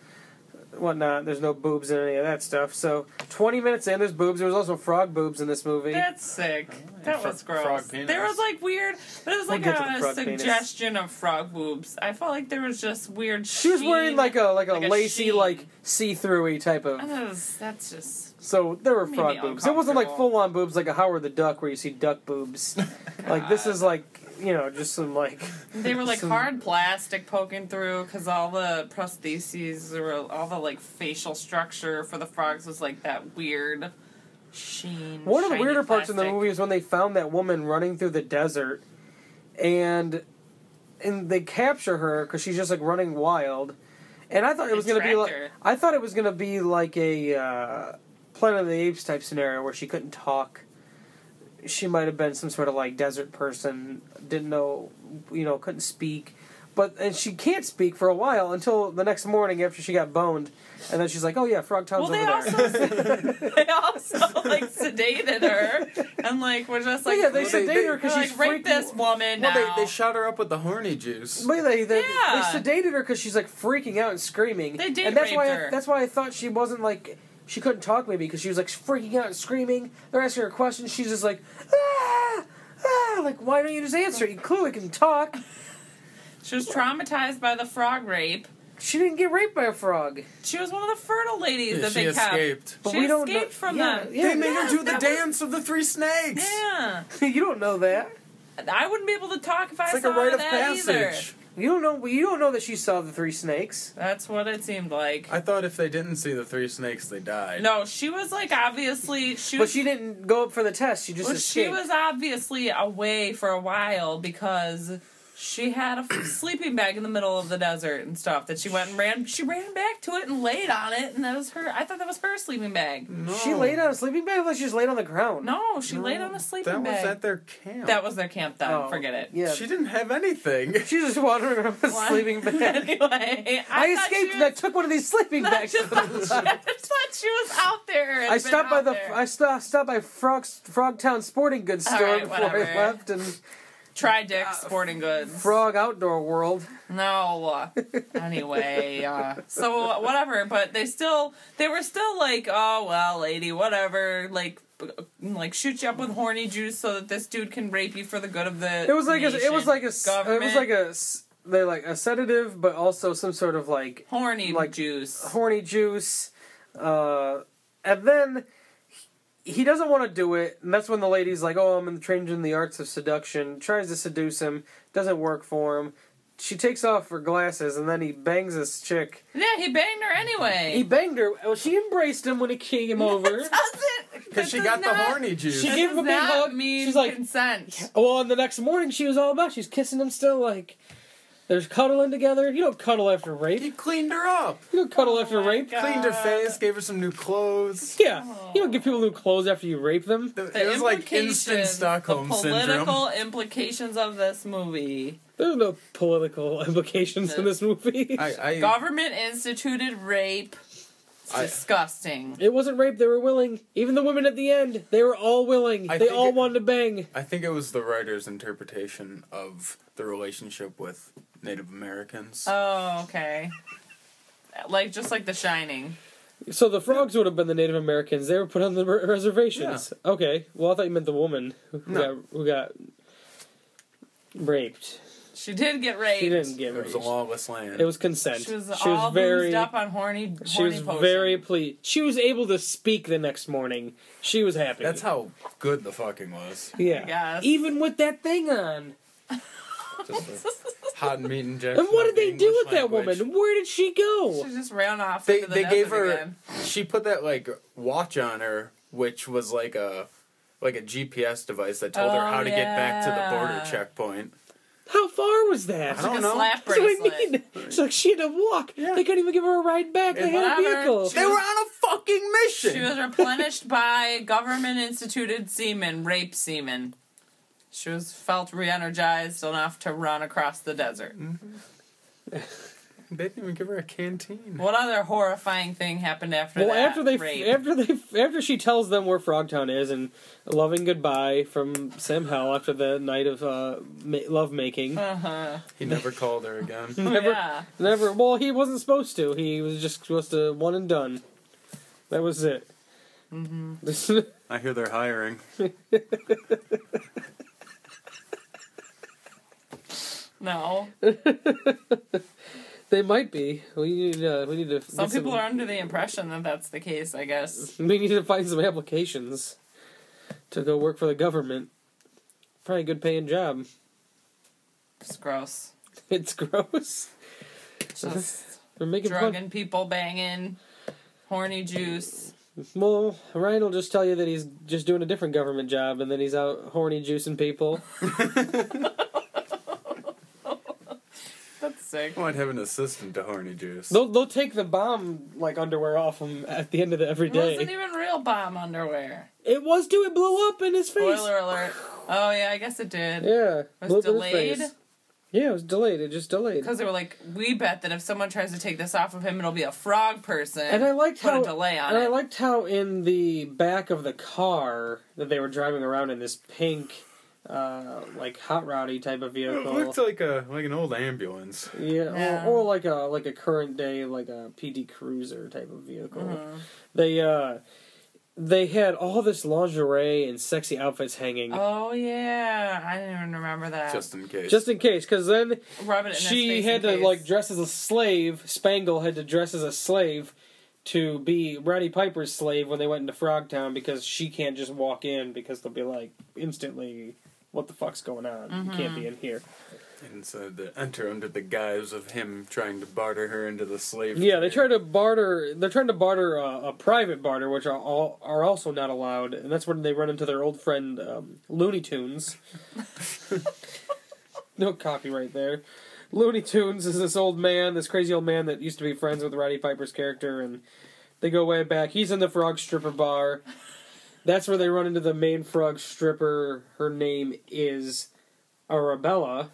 [SPEAKER 2] whatnot. There's no boobs in any of that stuff. So 20 minutes in, there's boobs. There was also frog boobs in this movie.
[SPEAKER 3] That's sick. That
[SPEAKER 5] fro-
[SPEAKER 3] was gross.
[SPEAKER 5] Oh, frog penis.
[SPEAKER 3] there was like weird, but it was
[SPEAKER 2] We'll
[SPEAKER 3] like
[SPEAKER 2] get to the
[SPEAKER 3] a,
[SPEAKER 2] frog penis.
[SPEAKER 3] suggestion of frog boobs. I felt like there was just weird.
[SPEAKER 2] she was wearing like a like a
[SPEAKER 3] like a
[SPEAKER 2] lacy
[SPEAKER 3] sheen.
[SPEAKER 2] like see-throughy type of.
[SPEAKER 3] that's just
[SPEAKER 2] So there were
[SPEAKER 3] Made me
[SPEAKER 2] frog boobs. It wasn't like
[SPEAKER 3] uncomfortable.
[SPEAKER 2] full on boobs like a Howard the Duck where you see duck boobs. like this is like you know just some like
[SPEAKER 3] they were like
[SPEAKER 2] Some-
[SPEAKER 3] hard plastic poking through because all the prostheses were all the like facial structure for the frogs was like that weird sheen.
[SPEAKER 2] one of the
[SPEAKER 3] shiny
[SPEAKER 2] weirder parts in the
[SPEAKER 3] plastic.
[SPEAKER 2] movie is when they found that woman running through the desert, and and they capture her because she's just like running wild. And I thought it was
[SPEAKER 3] They
[SPEAKER 2] gonna be
[SPEAKER 3] tracked
[SPEAKER 2] like
[SPEAKER 3] her.
[SPEAKER 2] I thought it was gonna be like a uh, Planet of the Apes type scenario where she couldn't talk. She might have been some sort of like desert person, didn't know, you know, couldn't speak. But and she can't speak for a while until the next morning after she got boned, and then she's like, "Oh yeah, Frog Town's
[SPEAKER 3] Well, they
[SPEAKER 2] over there."
[SPEAKER 3] also they also like sedated her and like we're just like
[SPEAKER 2] yeah, they
[SPEAKER 3] "Ooh."
[SPEAKER 4] They-
[SPEAKER 2] sedated her because
[SPEAKER 3] They're
[SPEAKER 2] she's
[SPEAKER 3] like rape
[SPEAKER 2] freaking-
[SPEAKER 3] this woman now.
[SPEAKER 4] Well, they, they shot her up with the horny juice.
[SPEAKER 2] But they they,
[SPEAKER 3] Yeah.
[SPEAKER 2] they sedated her because she's like freaking out and screaming.
[SPEAKER 3] They did
[SPEAKER 2] and that's
[SPEAKER 3] rape
[SPEAKER 2] why
[SPEAKER 3] her.
[SPEAKER 2] I, that's why I thought she wasn't like she couldn't talk maybe because she was like freaking out and screaming. They're asking her questions. She's just like ah ah like why don't you just answer? You clearly can talk.
[SPEAKER 3] she was traumatized by the frog rape.
[SPEAKER 2] She didn't get raped by a frog.
[SPEAKER 3] She was one of the fertile ladies
[SPEAKER 4] Yeah,
[SPEAKER 3] that
[SPEAKER 4] she
[SPEAKER 3] they kept.
[SPEAKER 4] escaped.
[SPEAKER 2] But
[SPEAKER 3] She
[SPEAKER 2] we don't
[SPEAKER 3] escaped
[SPEAKER 2] know-
[SPEAKER 3] from
[SPEAKER 2] yeah,
[SPEAKER 3] them.
[SPEAKER 2] yeah.
[SPEAKER 4] they made her do the
[SPEAKER 3] that was-
[SPEAKER 4] dance of the three snakes.
[SPEAKER 3] Yeah,
[SPEAKER 2] you don't know that.
[SPEAKER 3] I wouldn't be able to talk if I
[SPEAKER 4] It's like
[SPEAKER 3] saw
[SPEAKER 4] a rite of
[SPEAKER 3] that either.
[SPEAKER 4] passage.
[SPEAKER 2] You don't know. You don't know that she saw the three snakes.
[SPEAKER 3] That's what it seemed like.
[SPEAKER 4] I thought if they didn't see the three snakes, they died.
[SPEAKER 3] No, she was like obviously she
[SPEAKER 2] But
[SPEAKER 3] was
[SPEAKER 2] she didn't go up for the test. She just
[SPEAKER 3] well, she
[SPEAKER 2] escaped.
[SPEAKER 3] was obviously away for a while because she had a f- sleeping bag in the middle of the desert and stuff that she went and ran. She ran back to it and laid on it, and that was her. I thought that was her sleeping bag.
[SPEAKER 4] No.
[SPEAKER 2] She laid on a sleeping bag. I thought she just laid on the ground.
[SPEAKER 3] Oh. No, she laid on a
[SPEAKER 4] that
[SPEAKER 3] sleeping bag.
[SPEAKER 4] was at their camp.
[SPEAKER 3] that was their camp then.
[SPEAKER 2] Oh,
[SPEAKER 3] Forget it.
[SPEAKER 2] Yeah.
[SPEAKER 4] She didn't have anything.
[SPEAKER 2] She's just wandering around with a
[SPEAKER 3] What?
[SPEAKER 2] sleeping bag.
[SPEAKER 3] anyway,
[SPEAKER 2] I,
[SPEAKER 3] thought she
[SPEAKER 2] escaped and I
[SPEAKER 3] was-
[SPEAKER 2] took one of these sleeping
[SPEAKER 3] I
[SPEAKER 2] bags.
[SPEAKER 3] just thought she, I just thought she was out there. and
[SPEAKER 2] I
[SPEAKER 3] been
[SPEAKER 2] stopped by
[SPEAKER 3] out
[SPEAKER 2] the
[SPEAKER 3] there.
[SPEAKER 2] I stopped stopped by Frog's Frogtown Sporting Goods
[SPEAKER 3] All
[SPEAKER 2] store
[SPEAKER 3] right,
[SPEAKER 2] before
[SPEAKER 3] whatever.
[SPEAKER 2] I left and
[SPEAKER 3] Try Dick
[SPEAKER 2] Uh,
[SPEAKER 3] Sporting Goods.
[SPEAKER 2] Frog Outdoor World.
[SPEAKER 3] No. uh, Anyway, uh, so whatever. But they still, they were still like, oh well, lady, whatever. Like, b- like shoot you up with horny juice so that this dude can rape you for the good of the.
[SPEAKER 2] It was like a, it was like a s- it was
[SPEAKER 3] government.
[SPEAKER 2] like a s- they like a sedative but also some sort of like
[SPEAKER 3] horny
[SPEAKER 2] like-
[SPEAKER 3] juice.
[SPEAKER 2] horny juice. Uh, and then he- he doesn't want to do it, and that's when the lady's like, "Oh, I'm in- trained in the arts of seduction." Tries to seduce him, doesn't work for him. She takes off her glasses, and then he bangs this chick.
[SPEAKER 3] Yeah, he banged her anyway.
[SPEAKER 2] He banged her. Well, she embraced him when he came over.
[SPEAKER 3] doesn't
[SPEAKER 4] Because she got the horny juice.
[SPEAKER 2] She
[SPEAKER 3] She
[SPEAKER 2] gave him a big hug.
[SPEAKER 3] Mean
[SPEAKER 2] She's like-
[SPEAKER 3] consent.
[SPEAKER 2] well, and the next morning she was all about. She's kissing him still, like there's cuddling together. You don't cuddle after rape.
[SPEAKER 4] he
[SPEAKER 2] You
[SPEAKER 4] cleaned her up.
[SPEAKER 2] don't cuddle after
[SPEAKER 3] Oh my
[SPEAKER 2] rape.
[SPEAKER 3] God.
[SPEAKER 4] Cleaned her face, gave her some new clothes.
[SPEAKER 2] Yeah, you don't give people new clothes after you rape them.
[SPEAKER 4] Th-
[SPEAKER 3] The
[SPEAKER 4] It was like instant
[SPEAKER 3] implications,
[SPEAKER 4] Stockholm
[SPEAKER 3] the
[SPEAKER 4] syndrome.
[SPEAKER 3] Political implications of this movie.
[SPEAKER 2] There's no political implications in this movie.
[SPEAKER 4] I, I,
[SPEAKER 3] Government instituted rape. It's
[SPEAKER 4] I-
[SPEAKER 3] disgusting.
[SPEAKER 2] It wasn't rape. They were willing. Even the women at the end, they were all willing.
[SPEAKER 4] I
[SPEAKER 2] they
[SPEAKER 4] think
[SPEAKER 2] all
[SPEAKER 4] it-
[SPEAKER 2] wanted to bang.
[SPEAKER 4] I think it was the writer's interpretation of the relationship with Native Americans.
[SPEAKER 3] Oh, okay. Like just like The Shining.
[SPEAKER 2] So the frogs would have been the Native Americans. They were put on the re- reservations. Okay. Well, I thought you meant the woman who
[SPEAKER 4] No.
[SPEAKER 2] got who got raped.
[SPEAKER 3] She did get raped.
[SPEAKER 2] She didn't get
[SPEAKER 4] it was
[SPEAKER 2] raped.
[SPEAKER 4] a lawless land.
[SPEAKER 2] It was consent.
[SPEAKER 3] She was all boozed up on horny.
[SPEAKER 2] she
[SPEAKER 3] horny
[SPEAKER 2] was
[SPEAKER 3] potion.
[SPEAKER 2] very pleased. She was able to speak the next morning. She was happy.
[SPEAKER 4] That's how good the fucking was.
[SPEAKER 2] Yeah.
[SPEAKER 3] guess.
[SPEAKER 2] Even with that thing on.
[SPEAKER 4] Just a hot meat injection.
[SPEAKER 2] And what did
[SPEAKER 4] of
[SPEAKER 2] they
[SPEAKER 4] the
[SPEAKER 2] do
[SPEAKER 4] English
[SPEAKER 2] with that
[SPEAKER 4] language.
[SPEAKER 2] woman? Where did she go?
[SPEAKER 3] She just ran off.
[SPEAKER 4] They
[SPEAKER 3] into the
[SPEAKER 4] they
[SPEAKER 3] desert
[SPEAKER 4] gave her.
[SPEAKER 3] Again.
[SPEAKER 4] She put that like watch on her, which was like a like a GPS device that told her
[SPEAKER 3] Oh,
[SPEAKER 4] how to get back to the border
[SPEAKER 3] yeah.
[SPEAKER 4] checkpoint.
[SPEAKER 2] How far was that?
[SPEAKER 4] I don't
[SPEAKER 3] a
[SPEAKER 4] know.
[SPEAKER 3] slap
[SPEAKER 2] That's
[SPEAKER 3] bracelet.
[SPEAKER 2] what I mean. It's like she had to walk.
[SPEAKER 4] Yeah.
[SPEAKER 2] They couldn't even give her a ride back. They had a
[SPEAKER 3] Whatever.
[SPEAKER 2] vehicle.
[SPEAKER 3] She
[SPEAKER 4] They were on a fucking mission.
[SPEAKER 3] She was replenished by government instituted semen, rape semen. She
[SPEAKER 2] Mm.
[SPEAKER 3] was felt re energized enough to run across the desert.
[SPEAKER 5] They didn't even give her a canteen.
[SPEAKER 3] What other horrifying thing happened after
[SPEAKER 2] Well,
[SPEAKER 3] that?
[SPEAKER 2] after they,
[SPEAKER 3] rape?
[SPEAKER 2] after they, after she tells them where Frogtown is and a loving goodbye from Sam Hell after the night of uh, ma- love making.
[SPEAKER 3] uh-huh.
[SPEAKER 4] He never called her again.
[SPEAKER 2] Never-
[SPEAKER 3] Yeah.
[SPEAKER 2] Never. Well, he wasn't supposed to. He was just supposed to one and done. That was it. Mm-hmm.
[SPEAKER 4] I hear they're hiring.
[SPEAKER 3] No.
[SPEAKER 2] they might be. We need. Uh, we need to.
[SPEAKER 3] Some
[SPEAKER 2] get
[SPEAKER 3] people are under the impression that that's the case, I guess.
[SPEAKER 2] We need to find some applications to go work for the government. Probably a good paying job.
[SPEAKER 3] It's gross.
[SPEAKER 2] It's gross.
[SPEAKER 3] Just
[SPEAKER 2] They're making fun.
[SPEAKER 3] drugging people, banging, horny juice.
[SPEAKER 2] Well, Ryan will just tell you that he's just doing a different government job and then he's out horny juicing people.
[SPEAKER 3] That's sick.
[SPEAKER 4] I might have an assistant to horny juice.
[SPEAKER 2] They'll, they'll take the bomb like underwear off him at the end of the every
[SPEAKER 3] It
[SPEAKER 2] day.
[SPEAKER 3] wasn't even real bomb underwear.
[SPEAKER 2] It was too. It blew up in his face.
[SPEAKER 3] Spoiler alert. Oh, yeah, I guess it did.
[SPEAKER 2] Yeah,
[SPEAKER 3] It
[SPEAKER 2] blew
[SPEAKER 3] was
[SPEAKER 2] up in his
[SPEAKER 3] delayed.
[SPEAKER 2] face. Yeah, it was delayed. It just delayed.
[SPEAKER 3] Because they were like, we bet that if someone tries to take this off of him, it'll be a frog person.
[SPEAKER 2] And I liked
[SPEAKER 3] Put
[SPEAKER 2] how
[SPEAKER 3] a delay on
[SPEAKER 2] and I
[SPEAKER 3] it.
[SPEAKER 2] liked how in the back of the car that they were driving around in this pink, uh, like hot roddy type of
[SPEAKER 4] It
[SPEAKER 2] vehicle.
[SPEAKER 4] looked like a like an old ambulance.
[SPEAKER 2] Yeah,
[SPEAKER 3] Yeah.
[SPEAKER 2] Or, or like a like a current day like a PD Cruiser type of vehicle.
[SPEAKER 3] Mm-hmm.
[SPEAKER 2] They uh they had all this lingerie and sexy outfits hanging
[SPEAKER 3] Oh, yeah. I didn't even remember that.
[SPEAKER 4] Just in case.
[SPEAKER 2] just in case cuz then
[SPEAKER 3] Rub it in his
[SPEAKER 2] she
[SPEAKER 3] face
[SPEAKER 2] had
[SPEAKER 3] in
[SPEAKER 2] to
[SPEAKER 3] case.
[SPEAKER 2] like dress as a slave, Spangle had to dress as a slave to be Roddy Piper's slave when they went into Frogtown because she can't just walk in because they'll be like instantly what the fuck's going on? You can't
[SPEAKER 3] Mm-hmm.
[SPEAKER 2] be in here.
[SPEAKER 4] and so they enter under the guise of him trying to barter her into the slave.
[SPEAKER 2] Yeah, they
[SPEAKER 4] trade.
[SPEAKER 2] try to barter. They're trying to barter uh, a private barter, which are all are also not allowed, and that's when they run into their old friend um, Looney Tunes. no copyright there. Looney Tunes is this old man, this crazy old man that used to be friends with Roddy Piper's character, and they go way back. He's in the Frog Stripper bar. That's where they run into the main Frog Stripper. Her name is Arabella.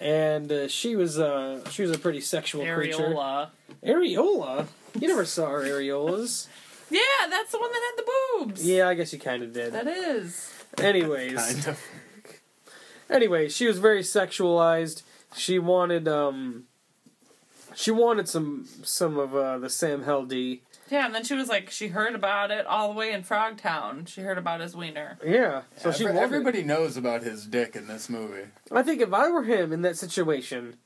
[SPEAKER 2] And uh, she was uh, she was a pretty sexual creature.
[SPEAKER 3] Areola.
[SPEAKER 2] Areola? You never saw her areolas.
[SPEAKER 3] Yeah, that's the one that had the boobs.
[SPEAKER 2] yeah, I guess you kind of did.
[SPEAKER 3] That is.
[SPEAKER 2] Anyways, anyways, she was very sexualized. She wanted um, she wanted some some of uh, the Sam Hell D.
[SPEAKER 3] Yeah, and then she was like, she heard about it all the way in Frogtown. She heard about his wiener.
[SPEAKER 2] Yeah, so she
[SPEAKER 5] Every-
[SPEAKER 2] wanted.
[SPEAKER 5] everybody knows about his dick in this movie.
[SPEAKER 2] I think if I were him in that situation,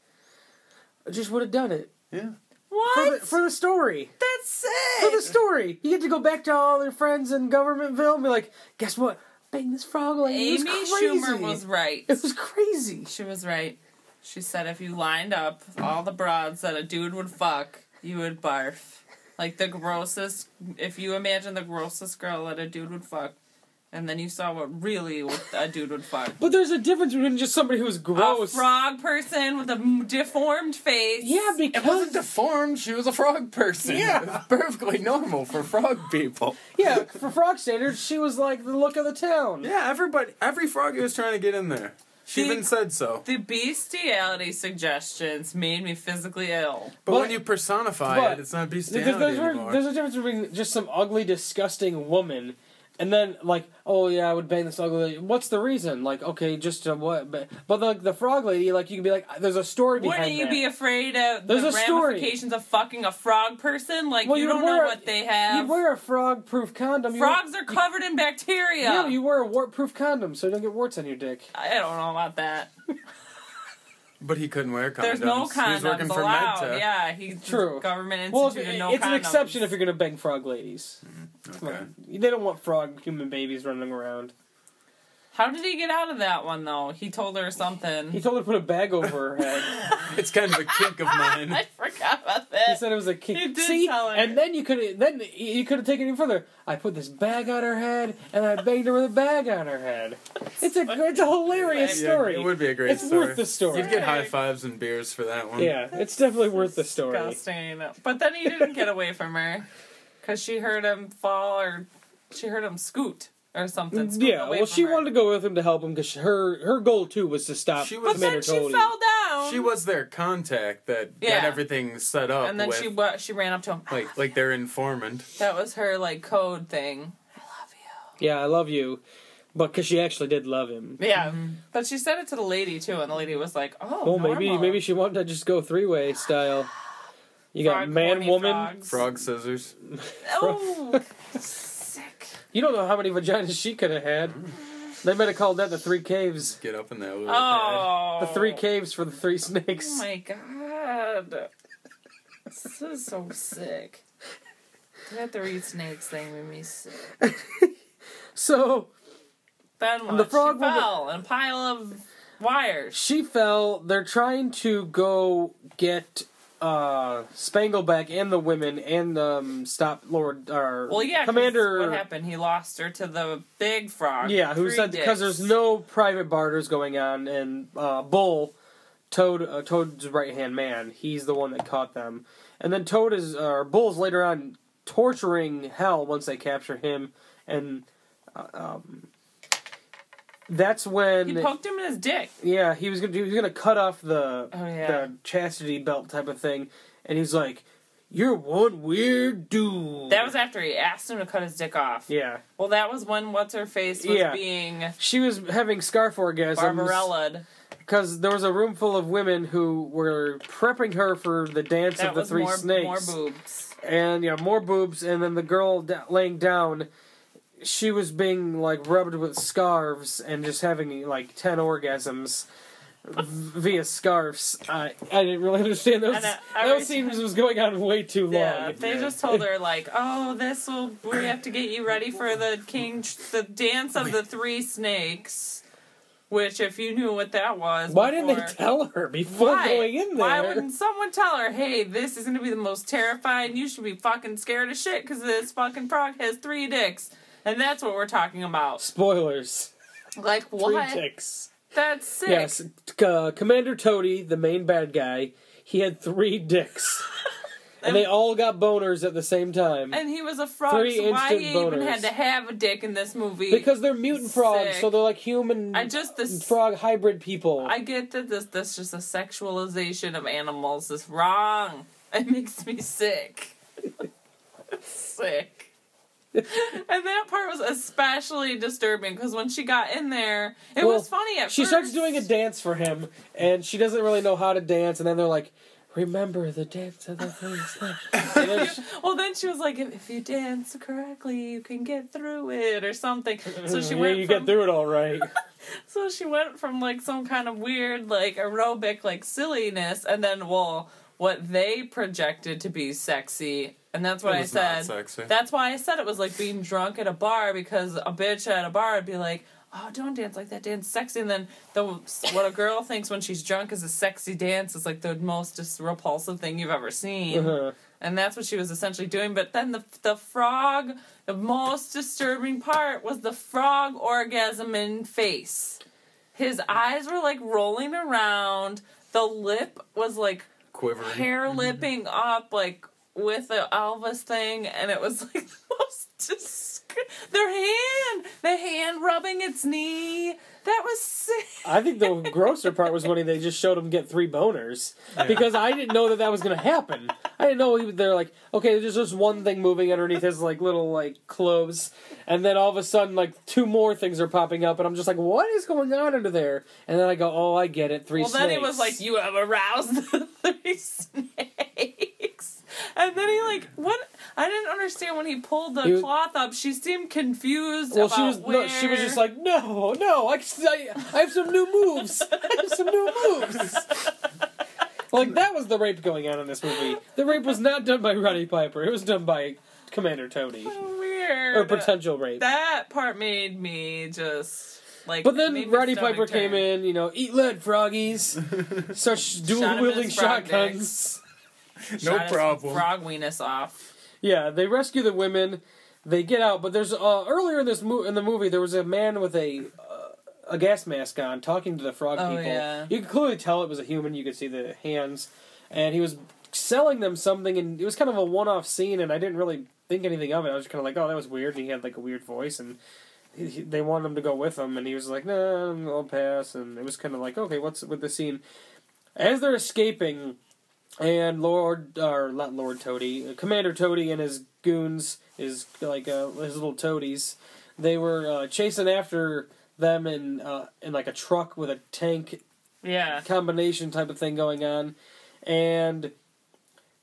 [SPEAKER 2] I just would have done it
[SPEAKER 5] Yeah.
[SPEAKER 2] for the,
[SPEAKER 3] What?
[SPEAKER 2] for the story.
[SPEAKER 3] That's
[SPEAKER 2] For the
[SPEAKER 3] sick.
[SPEAKER 2] story, you get to go back to all your friends in Governmentville and be like, guess what? Bang this frog lady.
[SPEAKER 3] Amy
[SPEAKER 2] it was crazy.
[SPEAKER 3] Schumer was right.
[SPEAKER 2] It was crazy.
[SPEAKER 3] She was right. She said if you lined up all the broads that a dude would fuck, you would barf. Like the grossest, if you imagine the grossest girl that a dude would fuck, and then you saw what really would- a dude would fuck.
[SPEAKER 2] But there's a difference between just somebody who's
[SPEAKER 3] A
[SPEAKER 2] gross.
[SPEAKER 3] frog person with a m- deformed face.
[SPEAKER 2] yeah,
[SPEAKER 5] It wasn't
[SPEAKER 2] because
[SPEAKER 5] deformed. She was a frog person.
[SPEAKER 2] Yeah.
[SPEAKER 5] It was perfectly normal for frog people.
[SPEAKER 2] yeah, for frog standards, she was like the look of the town.
[SPEAKER 4] Yeah, everybody, every frog was trying to get in there. She
[SPEAKER 3] The-
[SPEAKER 4] even said so.
[SPEAKER 3] The bestiality suggestions made me physically ill.
[SPEAKER 4] But, when
[SPEAKER 2] but-
[SPEAKER 4] you personify
[SPEAKER 2] but-
[SPEAKER 4] it, it's not bestiality
[SPEAKER 2] Because there's,
[SPEAKER 4] anymore.
[SPEAKER 2] there's a difference between just some ugly, disgusting woman, and then like, oh yeah, I would bang this ugly. Lady. What's the reason? Like, okay, just uh, what? But, but like the frog lady, like you can be like, there's a story behind
[SPEAKER 3] Wouldn't you
[SPEAKER 2] that.
[SPEAKER 3] be afraid of
[SPEAKER 2] There's
[SPEAKER 3] the
[SPEAKER 2] a story.
[SPEAKER 3] ramifications of fucking a frog person? Like
[SPEAKER 2] Well,
[SPEAKER 3] you
[SPEAKER 2] you'd
[SPEAKER 3] don't
[SPEAKER 2] wear
[SPEAKER 3] know
[SPEAKER 2] a-
[SPEAKER 3] what they have.
[SPEAKER 2] You'd wear a frog-proof condom.
[SPEAKER 3] Frogs
[SPEAKER 2] you,
[SPEAKER 3] are covered in bacteria.
[SPEAKER 2] Yeah, you wear a wart-proof condom so you don't get warts on your dick.
[SPEAKER 3] I don't know about that.
[SPEAKER 4] but he couldn't wear condoms.
[SPEAKER 3] There's no
[SPEAKER 4] He was working
[SPEAKER 3] condoms
[SPEAKER 4] for
[SPEAKER 3] allowed.
[SPEAKER 4] MedTech.
[SPEAKER 3] Yeah, he's
[SPEAKER 2] True.
[SPEAKER 3] Government
[SPEAKER 2] Well,
[SPEAKER 3] instituted
[SPEAKER 2] it's,
[SPEAKER 3] no
[SPEAKER 2] it's
[SPEAKER 3] condoms.
[SPEAKER 2] an exception if you're gonna bang frog ladies.
[SPEAKER 4] Okay.
[SPEAKER 2] They don't want frog human babies running around.
[SPEAKER 3] How did he get out of that one though? He told her something.
[SPEAKER 2] He told her to put a bag over her head.
[SPEAKER 4] It's kind of a kink of mine.
[SPEAKER 3] I forgot about
[SPEAKER 2] He
[SPEAKER 3] that.
[SPEAKER 2] said it was a kid.
[SPEAKER 3] He did
[SPEAKER 2] See,
[SPEAKER 3] tell her.
[SPEAKER 2] and then you could then you could have taken it even further. I put this bag on her head, and I banged her with a bag on her head. It's a it's a hilarious
[SPEAKER 4] Yeah,
[SPEAKER 2] story.
[SPEAKER 4] it would be a great
[SPEAKER 2] it's
[SPEAKER 4] story.
[SPEAKER 2] worth the story.
[SPEAKER 4] You'd get high fives and beers for that one.
[SPEAKER 2] yeah, it's definitely worth the story.
[SPEAKER 3] Disgusting. But then he didn't get away from her because she heard him fall or she heard him scoot or something. scoot
[SPEAKER 2] Mm, Yeah,
[SPEAKER 3] away
[SPEAKER 2] well,
[SPEAKER 3] from
[SPEAKER 2] she
[SPEAKER 3] her.
[SPEAKER 2] wanted to go with him to help him because her her goal too was to stop
[SPEAKER 4] She was-
[SPEAKER 3] But
[SPEAKER 2] Commander
[SPEAKER 3] then she
[SPEAKER 2] Tony.
[SPEAKER 3] fell down. down.
[SPEAKER 4] She was their contact that
[SPEAKER 3] Yeah.
[SPEAKER 4] got everything set up.
[SPEAKER 3] and then
[SPEAKER 4] with,
[SPEAKER 3] she wa- she ran up to him.
[SPEAKER 4] like like their informant.
[SPEAKER 3] That was her like code thing. I love
[SPEAKER 2] Yeah, I love you, but because she actually did love him.
[SPEAKER 3] you. Yeah, Mm-hmm. but she said it to the lady too, and the lady was like, "Oh,
[SPEAKER 2] Well, maybe
[SPEAKER 3] normal.
[SPEAKER 2] maybe she wanted to just go three way style. You got
[SPEAKER 3] Frog,
[SPEAKER 2] man,
[SPEAKER 3] horny
[SPEAKER 2] woman.
[SPEAKER 3] frogs.
[SPEAKER 4] Frog scissors.
[SPEAKER 3] Oh, sick.
[SPEAKER 2] You don't know how many vaginas she could have had. They might have called that the three caves.
[SPEAKER 4] Get up in that little pad.
[SPEAKER 3] Oh,
[SPEAKER 2] The three caves for the three snakes.
[SPEAKER 3] Oh my god, this is so sick. That three snakes thing made me sick.
[SPEAKER 2] So
[SPEAKER 3] Then what?
[SPEAKER 2] the frog
[SPEAKER 3] she
[SPEAKER 2] woman-
[SPEAKER 3] fell in a pile of wires.
[SPEAKER 2] she fell. They're trying to go get uh Spangleback and the women and um stop Lord or
[SPEAKER 3] Well, yeah, 'cause
[SPEAKER 2] Commander
[SPEAKER 3] What happened? He lost her to the big frog.
[SPEAKER 2] Yeah, who
[SPEAKER 3] Three
[SPEAKER 2] said because
[SPEAKER 3] dicks.
[SPEAKER 2] there's no private barters going on, and uh, Bull, Toad, uh, Toad's right hand man, he's the one that caught them, and then Toad is or Bull's later on torturing Hell once they capture him, and uh, um, that's when
[SPEAKER 3] He poked him in his dick.
[SPEAKER 2] yeah, he was gonna do. He was gonna cut off the
[SPEAKER 3] Oh, yeah.
[SPEAKER 2] the chastity belt type of thing, and he's like, "You're one weird dude."
[SPEAKER 3] That was after he asked him to cut his dick off.
[SPEAKER 2] yeah.
[SPEAKER 3] Well, that was when what's her face was
[SPEAKER 2] Yeah.
[SPEAKER 3] being
[SPEAKER 2] She was having scarf orgasms.
[SPEAKER 3] Barbarella.
[SPEAKER 2] because there was a room full of women who were prepping her for the dance
[SPEAKER 3] That
[SPEAKER 2] of the
[SPEAKER 3] was
[SPEAKER 2] three
[SPEAKER 3] more
[SPEAKER 2] snakes,
[SPEAKER 3] more boobs.
[SPEAKER 2] and yeah, more boobs, and then the girl da- laying down, she was being like rubbed with scarves and just having like ten orgasms v- via scarves. I I didn't really understand those.
[SPEAKER 3] And I- I
[SPEAKER 2] that
[SPEAKER 3] always-
[SPEAKER 2] seems was going on way too
[SPEAKER 3] Yeah,
[SPEAKER 2] long.
[SPEAKER 3] they just told her like, "Oh, this will we have to get you ready for the king the dance of the three snakes." Which, if you knew what that was,
[SPEAKER 2] Why didn't they
[SPEAKER 3] before-
[SPEAKER 2] tell her before
[SPEAKER 3] Why?
[SPEAKER 2] going in there?
[SPEAKER 3] Why wouldn't someone tell her, hey, this is going to be the most terrifying. You should be fucking scared of shit because this fucking frog has three dicks. And that's what we're talking about.
[SPEAKER 2] Spoilers.
[SPEAKER 3] Like,
[SPEAKER 2] Three
[SPEAKER 3] what?
[SPEAKER 2] ticks.
[SPEAKER 3] That's sick.
[SPEAKER 2] Yes, c- uh, Commander Toady, the main bad guy, he had three dicks, and they all got boners at the same time
[SPEAKER 3] And he was a frog,
[SPEAKER 2] Three
[SPEAKER 3] so why
[SPEAKER 2] instant
[SPEAKER 3] he even
[SPEAKER 2] boners.
[SPEAKER 3] had to have a dick in this movie?
[SPEAKER 2] because they're mutant frogs,
[SPEAKER 3] Sick.
[SPEAKER 2] so they're like human
[SPEAKER 3] I just this.
[SPEAKER 2] frog hybrid people.
[SPEAKER 3] I get that this this just a sexualization of animals is wrong. It makes me sick. sick. and that part was especially disturbing because when she got in there, it
[SPEAKER 2] Well,
[SPEAKER 3] was funny at
[SPEAKER 2] she
[SPEAKER 3] first.
[SPEAKER 2] starts doing a dance for him, and she doesn't really know how to dance, and then they're like, "Remember the dance of the things." and then she-
[SPEAKER 3] Well, then she was like, "If if you dance correctly, you can get through it," or something. So she went.
[SPEAKER 2] yeah, you
[SPEAKER 3] from,
[SPEAKER 2] get through it all right.
[SPEAKER 3] So she went from like some kind of weird like aerobic like silliness and then well what they projected to be sexy and that's what
[SPEAKER 4] It
[SPEAKER 3] I
[SPEAKER 4] was not
[SPEAKER 3] said.
[SPEAKER 4] sexy.
[SPEAKER 3] That's why I said it was like being drunk at a bar because a bitch at a bar would be like, "Oh, don't dance like that. Dance sexy." And then the what a girl thinks when she's drunk is a sexy dance is like the most just repulsive thing you've ever seen.
[SPEAKER 2] Uh-huh.
[SPEAKER 3] And that's what she was essentially doing. But then the the frog, the most disturbing part was the frog orgasm in face. His eyes were like rolling around. The lip was like
[SPEAKER 4] Quivering.
[SPEAKER 3] hair lipping up, like with the Elvis thing, and it was like the most disg- their hand, the hand rubbing its knee. That was sick.
[SPEAKER 2] I think the grosser part was when they just showed him get three boners because I didn't know that that was going to happen. I didn't know he, they're like, okay, there's just one thing moving underneath his like little like clothes, and then all of a sudden like two more things are popping up, and I'm just like, what is going on under there? And then I go, oh, I get it, three.
[SPEAKER 3] Well, then he was like, "You have aroused the three snakes," and then he like what? I didn't understand when he pulled the
[SPEAKER 2] He was-
[SPEAKER 3] cloth up. She seemed confused.
[SPEAKER 2] Well,
[SPEAKER 3] about
[SPEAKER 2] she was
[SPEAKER 3] where...
[SPEAKER 2] no, she was just like, no, no, I, I, I have some new moves. I have some new moves. Like that was the rape going on in this movie. The rape was not done by Roddy Piper. It was done by Commander Tony.
[SPEAKER 3] weird
[SPEAKER 2] or potential rape.
[SPEAKER 3] That part made me just like.
[SPEAKER 2] but
[SPEAKER 3] made
[SPEAKER 2] then
[SPEAKER 3] my
[SPEAKER 2] Roddy
[SPEAKER 3] stomach
[SPEAKER 2] Piper came
[SPEAKER 3] turn.
[SPEAKER 2] in, you know, eat lead, froggies, starts
[SPEAKER 3] Shot
[SPEAKER 2] dual
[SPEAKER 3] him in
[SPEAKER 2] wielding
[SPEAKER 3] his frog
[SPEAKER 2] shotguns.
[SPEAKER 4] No
[SPEAKER 3] Shot his
[SPEAKER 4] problem.
[SPEAKER 3] Frog weenus off.
[SPEAKER 2] Yeah, they rescue the women. They get out, but there's uh, earlier in this mo- in the movie there was a man with a uh, a gas mask on talking to the frog
[SPEAKER 3] Oh,
[SPEAKER 2] people.
[SPEAKER 3] yeah.
[SPEAKER 2] You could clearly tell it was a human. You could see the hands, and he was selling them something, and it was kind of a one off scene, and I didn't really think anything of it. I was just kind of like, oh, that was weird, and he had like a weird voice, and he, he- they wanted him to go with them, and he was like, no, I'll pass, and it was kind of like, okay, what's with the scene? As they're escaping, and Lord or not Lord Toady, Commander Toady and his goons, his like uh, his little toadies, they were uh, chasing after them in uh, in like a truck with a tank
[SPEAKER 3] Yeah.
[SPEAKER 2] combination type of thing going on, and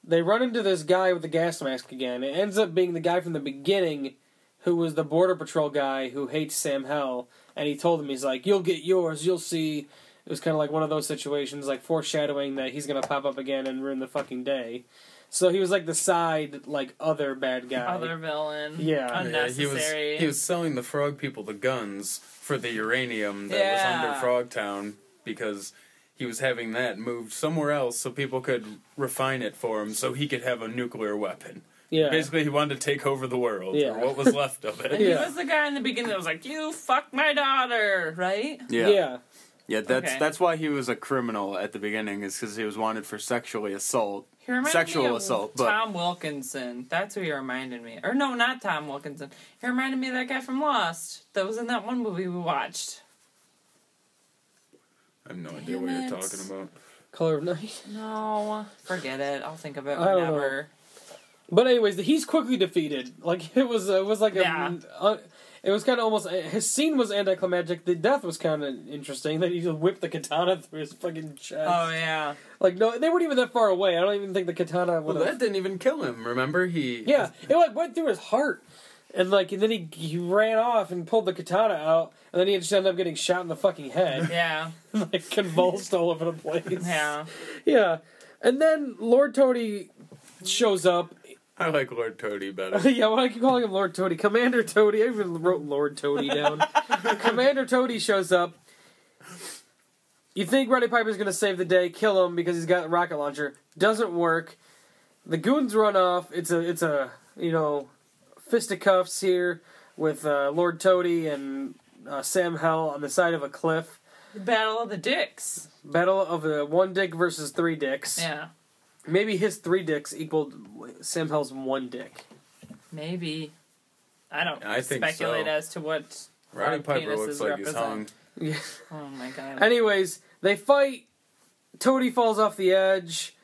[SPEAKER 2] they run into this guy with the gas mask again. It ends up being the guy from the beginning, who was the border patrol guy who hates Sam Hell, and he told him he's like, "You'll get yours. You'll see." It was kind of like one of those situations, like foreshadowing that he's gonna pop up again and ruin the fucking day. So he was like the side, like other bad guy.
[SPEAKER 3] Other villain.
[SPEAKER 2] Yeah.
[SPEAKER 4] he was
[SPEAKER 3] Unnecessary.
[SPEAKER 4] he was selling the frog people the guns for the uranium that
[SPEAKER 3] Yeah.
[SPEAKER 4] was under Frogtown because he was having that moved somewhere else so people could refine it for him so he could have a nuclear weapon.
[SPEAKER 2] yeah,
[SPEAKER 4] Basically, he wanted to take over the world
[SPEAKER 2] Yeah.
[SPEAKER 4] or what was left of it.
[SPEAKER 3] And
[SPEAKER 2] Yeah.
[SPEAKER 3] he was the guy in the beginning that was like, "You fuck my daughter," right?
[SPEAKER 2] yeah,
[SPEAKER 4] Yeah,
[SPEAKER 3] that's- Okay. that's
[SPEAKER 4] why he was a criminal at the beginning, is because he was wanted for sexually assault.
[SPEAKER 3] He reminded
[SPEAKER 4] Sexual
[SPEAKER 3] me of
[SPEAKER 4] assault, but-
[SPEAKER 3] Tom Wilkinson. That's who he reminded me. Or no, not Tom Wilkinson. He reminded me of that guy from Lost that was in that one movie we watched.
[SPEAKER 4] I have no idea what
[SPEAKER 3] Damn it.
[SPEAKER 4] you're talking about.
[SPEAKER 2] Color of Night.
[SPEAKER 3] No, forget it. I'll think of it
[SPEAKER 2] I don't
[SPEAKER 3] whenever.
[SPEAKER 2] But anyways, he's quickly defeated. Like it was, it was like
[SPEAKER 3] Yeah.
[SPEAKER 2] a, uh, it was kind of almost his scene was anticlimactic. The death was kind of interesting. That he just whipped the katana through his fucking chest.
[SPEAKER 3] Oh yeah,
[SPEAKER 2] Like no, they weren't even that far away. I don't even think the katana would
[SPEAKER 4] Well,
[SPEAKER 2] have.
[SPEAKER 4] that didn't even kill him. Remember, he
[SPEAKER 2] yeah, it like went through his heart, and like and then he he ran off and pulled the katana out, and then he just ended up getting shot in the fucking head,
[SPEAKER 3] yeah,
[SPEAKER 2] like convulsed all over the place.
[SPEAKER 3] yeah.
[SPEAKER 2] yeah, and then Lord Tony shows up
[SPEAKER 4] I like Lord Toady better.
[SPEAKER 2] yeah, well, I keep calling him Lord Toady. Commander Toady. I even wrote Lord Toady down. Commander Toady shows up. You think Roddy Piper's going to save the day, kill him because he's got a rocket launcher. Doesn't work. The goons run off. It's a, it's a, you know, fisticuffs here with uh, Lord Toady and uh, Sam Hell on the side of a cliff.
[SPEAKER 3] The Battle of the Dicks.
[SPEAKER 2] Battle of the one dick versus three dicks.
[SPEAKER 3] Yeah,
[SPEAKER 2] Maybe his three dicks equaled Sam Hell's one dick.
[SPEAKER 3] maybe. I don't
[SPEAKER 4] I think
[SPEAKER 3] speculate
[SPEAKER 4] so.
[SPEAKER 3] as to what.
[SPEAKER 4] Roddy
[SPEAKER 3] Frog
[SPEAKER 4] Piper looks
[SPEAKER 3] penises
[SPEAKER 4] like he's
[SPEAKER 3] represent.
[SPEAKER 4] hung.
[SPEAKER 2] Yeah.
[SPEAKER 3] Oh my god.
[SPEAKER 2] Anyways, they fight. Toady falls off the edge,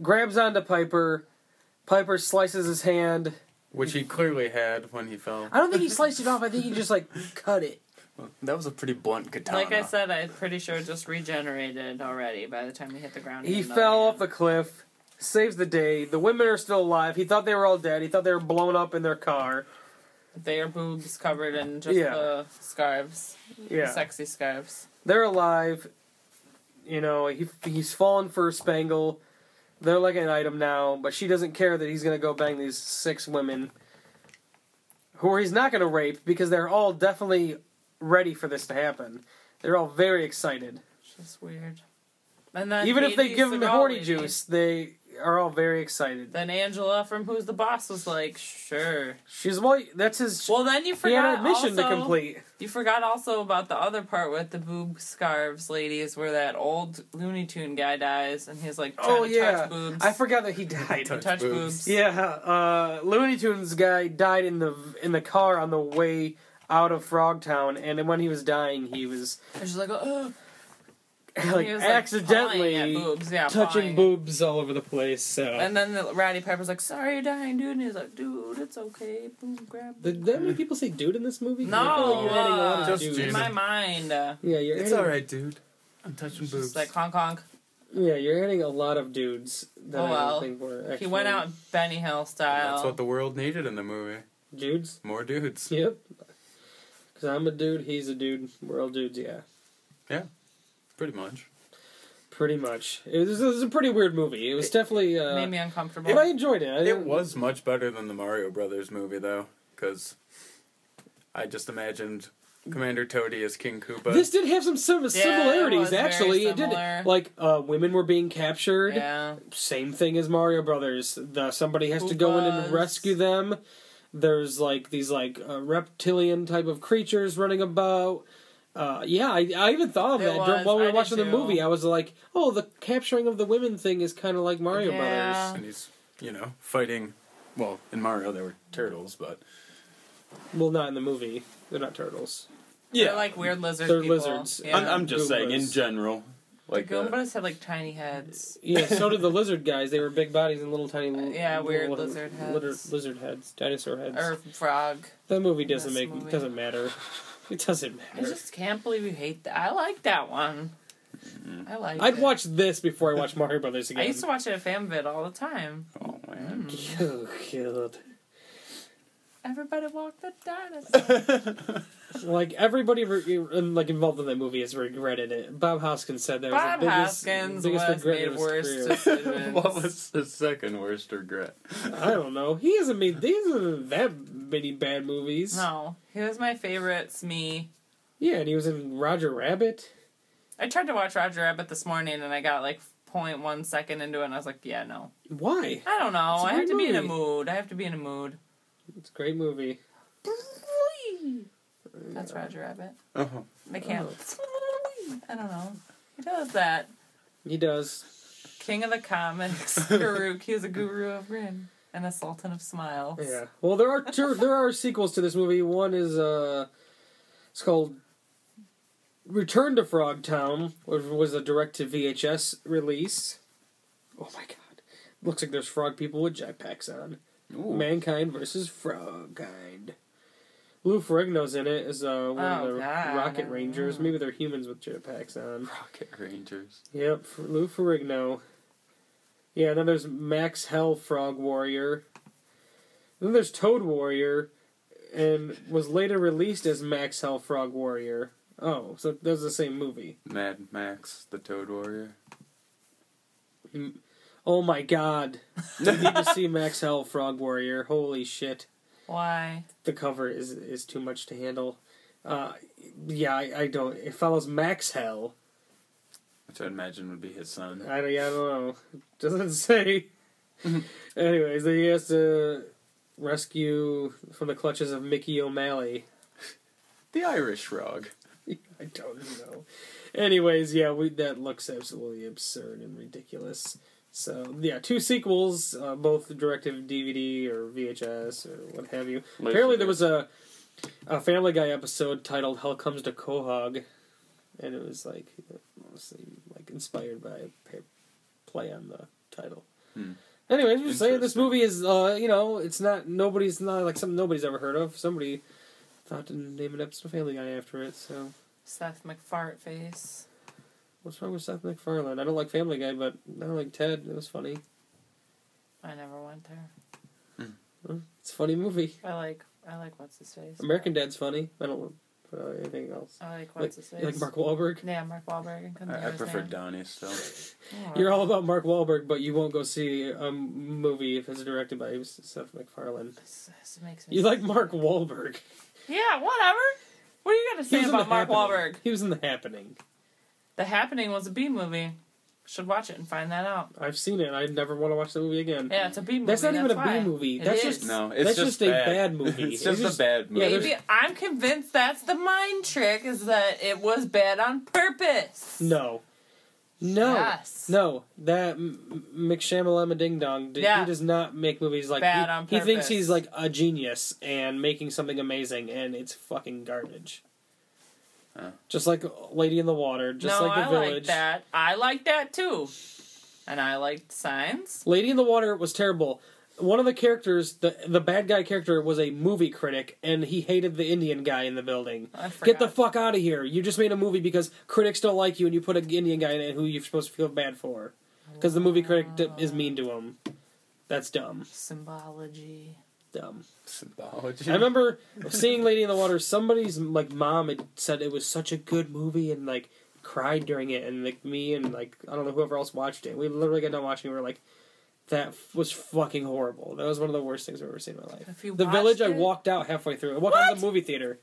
[SPEAKER 2] grabs onto Piper. Piper slices his hand.
[SPEAKER 4] Which he clearly had when he fell.
[SPEAKER 2] I don't think he sliced it off. I think he just like cut it.
[SPEAKER 4] That was a pretty blunt katana.
[SPEAKER 3] like I said, I'm pretty sure it just regenerated already by the time he hit the ground.
[SPEAKER 2] He
[SPEAKER 3] with another
[SPEAKER 2] fell
[SPEAKER 3] hand.
[SPEAKER 2] off the cliff. Saves the day. The women are still alive. He thought they were all dead. He thought they were blown up in their car.
[SPEAKER 3] Their boobs covered in just
[SPEAKER 2] Yeah.
[SPEAKER 3] the scarves, the
[SPEAKER 2] Yeah,
[SPEAKER 3] sexy scarves.
[SPEAKER 2] they're alive. You know, he he's fallen for Spangle. They're like an item now, but she doesn't care that he's gonna go bang these six women, who he's not gonna rape because they're all definitely ready for this to happen. They're all very excited.
[SPEAKER 3] It's Just weird. And then
[SPEAKER 2] Even if they
[SPEAKER 3] Hades
[SPEAKER 2] give him the
[SPEAKER 3] Segal
[SPEAKER 2] horny
[SPEAKER 3] lady.
[SPEAKER 2] juice, they are all very excited.
[SPEAKER 3] Then Angela from Who's the Boss was like, sure.
[SPEAKER 2] She's well. That's his.
[SPEAKER 3] Well, then you
[SPEAKER 2] he had
[SPEAKER 3] forgot
[SPEAKER 2] a mission
[SPEAKER 3] also,
[SPEAKER 2] to complete.
[SPEAKER 3] You forgot also about the other part with the boob scarves ladies, where that old Looney Tune guy dies, and he's like trying
[SPEAKER 2] Oh
[SPEAKER 3] to
[SPEAKER 2] yeah,
[SPEAKER 3] touch boobs.
[SPEAKER 2] I forgot that he died.
[SPEAKER 4] Touch
[SPEAKER 3] touch boobs.
[SPEAKER 4] boobs.
[SPEAKER 2] Yeah, uh, Looney Tunes guy died in the in the car on the way out of Frogtown, and when he was dying, he was
[SPEAKER 3] And she's like, oh,
[SPEAKER 2] like
[SPEAKER 3] he was,
[SPEAKER 2] accidentally
[SPEAKER 3] pawing at boobs. Yeah, pawing
[SPEAKER 2] touching
[SPEAKER 3] at-
[SPEAKER 2] boobs all over the place. So
[SPEAKER 3] And then the Ratty Piper's like, "Sorry, you're dying, dude." And he's like, "Dude, it's okay. Boom, grab."
[SPEAKER 2] did that many people say dude in this movie? 'Cause I feel like
[SPEAKER 3] No,
[SPEAKER 2] you're adding a lot of
[SPEAKER 3] uh,
[SPEAKER 4] Just
[SPEAKER 2] dudes.
[SPEAKER 3] in
[SPEAKER 4] Jesus.
[SPEAKER 3] my mind, uh,
[SPEAKER 2] Yeah, you're
[SPEAKER 4] It's
[SPEAKER 2] adding,
[SPEAKER 4] alright, dude. I'm touching boobs.
[SPEAKER 3] just like honk honk.
[SPEAKER 2] Yeah, you're adding a lot of dudes that
[SPEAKER 3] Oh,
[SPEAKER 2] I
[SPEAKER 3] well.
[SPEAKER 2] don't think were. Actually
[SPEAKER 3] He went out Benny Hill style.
[SPEAKER 4] That's what the world needed in the movie.
[SPEAKER 2] dudes.
[SPEAKER 4] More dudes.
[SPEAKER 2] Yep, because I'm a dude. He's a dude. We're all dudes. Yeah,
[SPEAKER 4] Pretty much.
[SPEAKER 2] pretty much. It was, it was a pretty weird movie. It was definitely. Uh,
[SPEAKER 3] made me uncomfortable.
[SPEAKER 2] but I enjoyed it. I
[SPEAKER 4] It
[SPEAKER 2] didn't-
[SPEAKER 4] was much better than the Mario Brothers movie, though, because I just imagined Commander Toady as King Koopa.
[SPEAKER 2] this did have some sim-
[SPEAKER 3] Yeah, it was
[SPEAKER 2] similarities
[SPEAKER 3] very
[SPEAKER 2] actually it did
[SPEAKER 3] similar.
[SPEAKER 2] like uh, women were being captured
[SPEAKER 3] yeah,
[SPEAKER 2] same thing as mario brothers the, somebody has to go in
[SPEAKER 3] Koopas.
[SPEAKER 2] and rescue them there's like these like uh, reptilian type of creatures running about uh, yeah I, I even thought of
[SPEAKER 3] There
[SPEAKER 2] that
[SPEAKER 3] was,
[SPEAKER 2] while we
[SPEAKER 3] I
[SPEAKER 2] were
[SPEAKER 3] did
[SPEAKER 2] watching the
[SPEAKER 3] too.
[SPEAKER 2] movie i was like oh the capturing of the women thing is kind of like mario
[SPEAKER 3] Yeah.
[SPEAKER 2] brothers
[SPEAKER 4] and he's, you know, fighting. Well, in Mario, they were turtles, but.
[SPEAKER 2] well not in the movie they're not turtles
[SPEAKER 3] they're like weird lizard.
[SPEAKER 2] They're
[SPEAKER 3] people.
[SPEAKER 2] lizards.
[SPEAKER 3] Yeah.
[SPEAKER 5] I'm, I'm just saying, in
[SPEAKER 2] Goombas.
[SPEAKER 5] general, Like uh,
[SPEAKER 3] the
[SPEAKER 5] a-
[SPEAKER 3] Goombas had like tiny heads.
[SPEAKER 2] Yeah, so did the lizard guys. They were big bodies and little tiny.
[SPEAKER 3] Yeah, weird
[SPEAKER 2] little-
[SPEAKER 3] lizard
[SPEAKER 2] litter-
[SPEAKER 3] heads.
[SPEAKER 2] lizard heads, dinosaur heads.
[SPEAKER 3] Or frog.
[SPEAKER 2] that movie doesn't
[SPEAKER 3] this
[SPEAKER 2] make
[SPEAKER 3] movie.
[SPEAKER 2] doesn't matter. It doesn't
[SPEAKER 3] I
[SPEAKER 2] matter.
[SPEAKER 3] just can't believe you hate that. I like that one. I like.
[SPEAKER 2] Mm-hmm. I'd
[SPEAKER 3] it.
[SPEAKER 2] watch this before I watch Mario Brothers
[SPEAKER 3] I
[SPEAKER 2] again.
[SPEAKER 3] used to watch it at FanVid all the time.
[SPEAKER 5] oh man.
[SPEAKER 2] Oh god!
[SPEAKER 3] Everybody walk the dinosaur.
[SPEAKER 2] Like everybody re- in- like involved in that movie has regretted it. Bob Hoskins said that was
[SPEAKER 3] Bob
[SPEAKER 2] the biggest,
[SPEAKER 3] Hoskins
[SPEAKER 2] biggest
[SPEAKER 3] was
[SPEAKER 2] regret
[SPEAKER 3] made
[SPEAKER 2] of his
[SPEAKER 3] worse
[SPEAKER 2] career.
[SPEAKER 3] decisions.
[SPEAKER 5] what was the second worst regret?
[SPEAKER 2] I don't know. He hasn't made these not that many bad movies.
[SPEAKER 3] No, he was my favorite. It's me.
[SPEAKER 2] Yeah, and he was in Roger Rabbit.
[SPEAKER 3] I tried to watch Roger Rabbit this morning and I got like 0.1 second into it and I was like, yeah, no.
[SPEAKER 2] Why?
[SPEAKER 3] I don't know.
[SPEAKER 2] It's a
[SPEAKER 3] I have
[SPEAKER 2] great
[SPEAKER 3] to be in a
[SPEAKER 2] movie.
[SPEAKER 3] mood. I have to be in a mood.
[SPEAKER 2] It's a great movie.
[SPEAKER 3] That's Roger Rabbit.
[SPEAKER 5] Uh-huh.
[SPEAKER 3] I can't.
[SPEAKER 2] Oh.
[SPEAKER 3] I don't know. He does that.
[SPEAKER 2] He does.
[SPEAKER 3] King of the comics, Guru. He was a guru of grin and a sultan of smiles.
[SPEAKER 2] Yeah. Well, there are two, there are sequels to this movie. One is uh, it's called Return to Frog Town, which was a direct to VHS release. Oh my god! Looks like there's frog people with jetpacks on.
[SPEAKER 5] Ooh.
[SPEAKER 2] Mankind versus Frogkind. Lou Ferrigno's in it as uh, one of
[SPEAKER 3] Oh,
[SPEAKER 2] the
[SPEAKER 3] God.
[SPEAKER 2] Rocket Rangers. Maybe they're humans with jetpacks on.
[SPEAKER 5] Rocket Rangers.
[SPEAKER 2] Yep, F- Lou Ferrigno. Yeah, and then there's Max Hell Frog Warrior. Then there's Toad Warrior, and was later released as Max Hell Frog Warrior. Oh, so that's the same movie.
[SPEAKER 5] Mad Max, the Toad Warrior.
[SPEAKER 2] Oh my god. You need to see Max Hell Frog Warrior. Holy shit.
[SPEAKER 3] Why?
[SPEAKER 2] The cover is is too much to handle. Uh, yeah, I, I don't. It follows Max Hell.
[SPEAKER 5] Which I imagine would be his son.
[SPEAKER 2] I don't, yeah, I don't know. It doesn't say. Anyways, then he has to rescue from the clutches of Mickey O'Malley.
[SPEAKER 5] The Irish Frog.
[SPEAKER 2] I don't know. Anyways, yeah, we that looks absolutely absurd and ridiculous. So yeah, two sequels, uh, both directive DVD or VHS or what have you. Apparently, there was a a Family Guy episode titled "Hell Comes to Quahog," and it was like mostly like inspired by a pa- play on the title.
[SPEAKER 5] Hmm.
[SPEAKER 2] Anyways, I'm just saying this
[SPEAKER 5] Interesting.
[SPEAKER 2] movie is uh you know it's not nobody's not like something nobody's ever heard of. Somebody thought to name an episode of Family Guy after it. So
[SPEAKER 3] Seth MacFartface. face.
[SPEAKER 2] what's wrong with Seth MacFarlane? I don't like Family Guy, but I don't like Ted. It was funny.
[SPEAKER 3] I never went there.
[SPEAKER 2] It's a funny movie.
[SPEAKER 3] I like. I like what's his face.
[SPEAKER 2] American Dad's funny. I don't uh, anything else.
[SPEAKER 3] I like
[SPEAKER 2] Like,
[SPEAKER 3] what's his
[SPEAKER 2] you
[SPEAKER 3] face.
[SPEAKER 2] like Mark Wahlberg.
[SPEAKER 3] Yeah, Mark Wahlberg. and couldn't think
[SPEAKER 5] I, I
[SPEAKER 3] of his
[SPEAKER 5] prefer
[SPEAKER 3] name.
[SPEAKER 5] Donnie still.
[SPEAKER 3] Oh,
[SPEAKER 2] You're all about Mark Wahlberg, but you won't go see a m- movie if it's directed by Seth MacFarlane.
[SPEAKER 3] This, this makes me.
[SPEAKER 2] You like Mark Wahlberg?
[SPEAKER 3] Yeah, whatever. What are you gonna
[SPEAKER 2] He
[SPEAKER 3] say
[SPEAKER 2] was in
[SPEAKER 3] about
[SPEAKER 2] The
[SPEAKER 3] Mark
[SPEAKER 2] Happening.
[SPEAKER 3] Wahlberg?
[SPEAKER 2] He was in The Happening.
[SPEAKER 3] The Happening was a B movie. Should watch it and find that out.
[SPEAKER 2] I've seen it. I never want to watch the movie again.
[SPEAKER 3] Yeah, it's a B movie.
[SPEAKER 2] That's not even a B
[SPEAKER 3] why.
[SPEAKER 2] movie.
[SPEAKER 3] It
[SPEAKER 2] That's
[SPEAKER 3] is.
[SPEAKER 2] just-
[SPEAKER 5] No, it's
[SPEAKER 2] That's
[SPEAKER 5] just,
[SPEAKER 2] just a bad movie.
[SPEAKER 5] it's
[SPEAKER 2] It's
[SPEAKER 5] just,
[SPEAKER 2] just-
[SPEAKER 5] a bad movie.
[SPEAKER 2] yeah, there's-
[SPEAKER 3] Maybe I'm convinced that's the mind trick is that it was bad on purpose.
[SPEAKER 2] No. No.
[SPEAKER 3] Yes.
[SPEAKER 2] No. That M- M- McShamalama Ding Dong, d-
[SPEAKER 3] Yeah.
[SPEAKER 2] he does not make movies like
[SPEAKER 3] Bad
[SPEAKER 2] he,
[SPEAKER 3] on
[SPEAKER 2] he thinks
[SPEAKER 3] purpose.
[SPEAKER 2] he's like a genius and making something amazing, and it's fucking garbage.
[SPEAKER 5] Huh.
[SPEAKER 2] Just like Lady in the Water, just
[SPEAKER 3] no,
[SPEAKER 2] like The
[SPEAKER 3] I
[SPEAKER 2] Village.
[SPEAKER 3] like that. I like that too. And I liked signs.
[SPEAKER 2] Lady in the Water was terrible. One of the characters, the the bad guy character, was a movie critic, and he hated the Indian guy in the building.
[SPEAKER 3] I
[SPEAKER 2] Get the
[SPEAKER 3] forgot.
[SPEAKER 2] fuck out of here! You just made a movie because critics don't like you, and you put an Indian guy in it who you're supposed to feel bad for, because the movie critic d- is mean to him. That's dumb.
[SPEAKER 3] Symbology.
[SPEAKER 2] Dumb.
[SPEAKER 5] Symbology.
[SPEAKER 2] I remember seeing Lady in the Water. Somebody's like mom had said it was such a good movie, and like cried during it, and like me and like I don't know whoever else watched it. We literally got done watching. We were like, that f- was fucking horrible. That was one of the worst things I've ever seen in my life.
[SPEAKER 3] If you
[SPEAKER 2] the
[SPEAKER 3] watched
[SPEAKER 2] Village, I
[SPEAKER 3] it-
[SPEAKER 2] walked out halfway through. I walked out of the movie theater.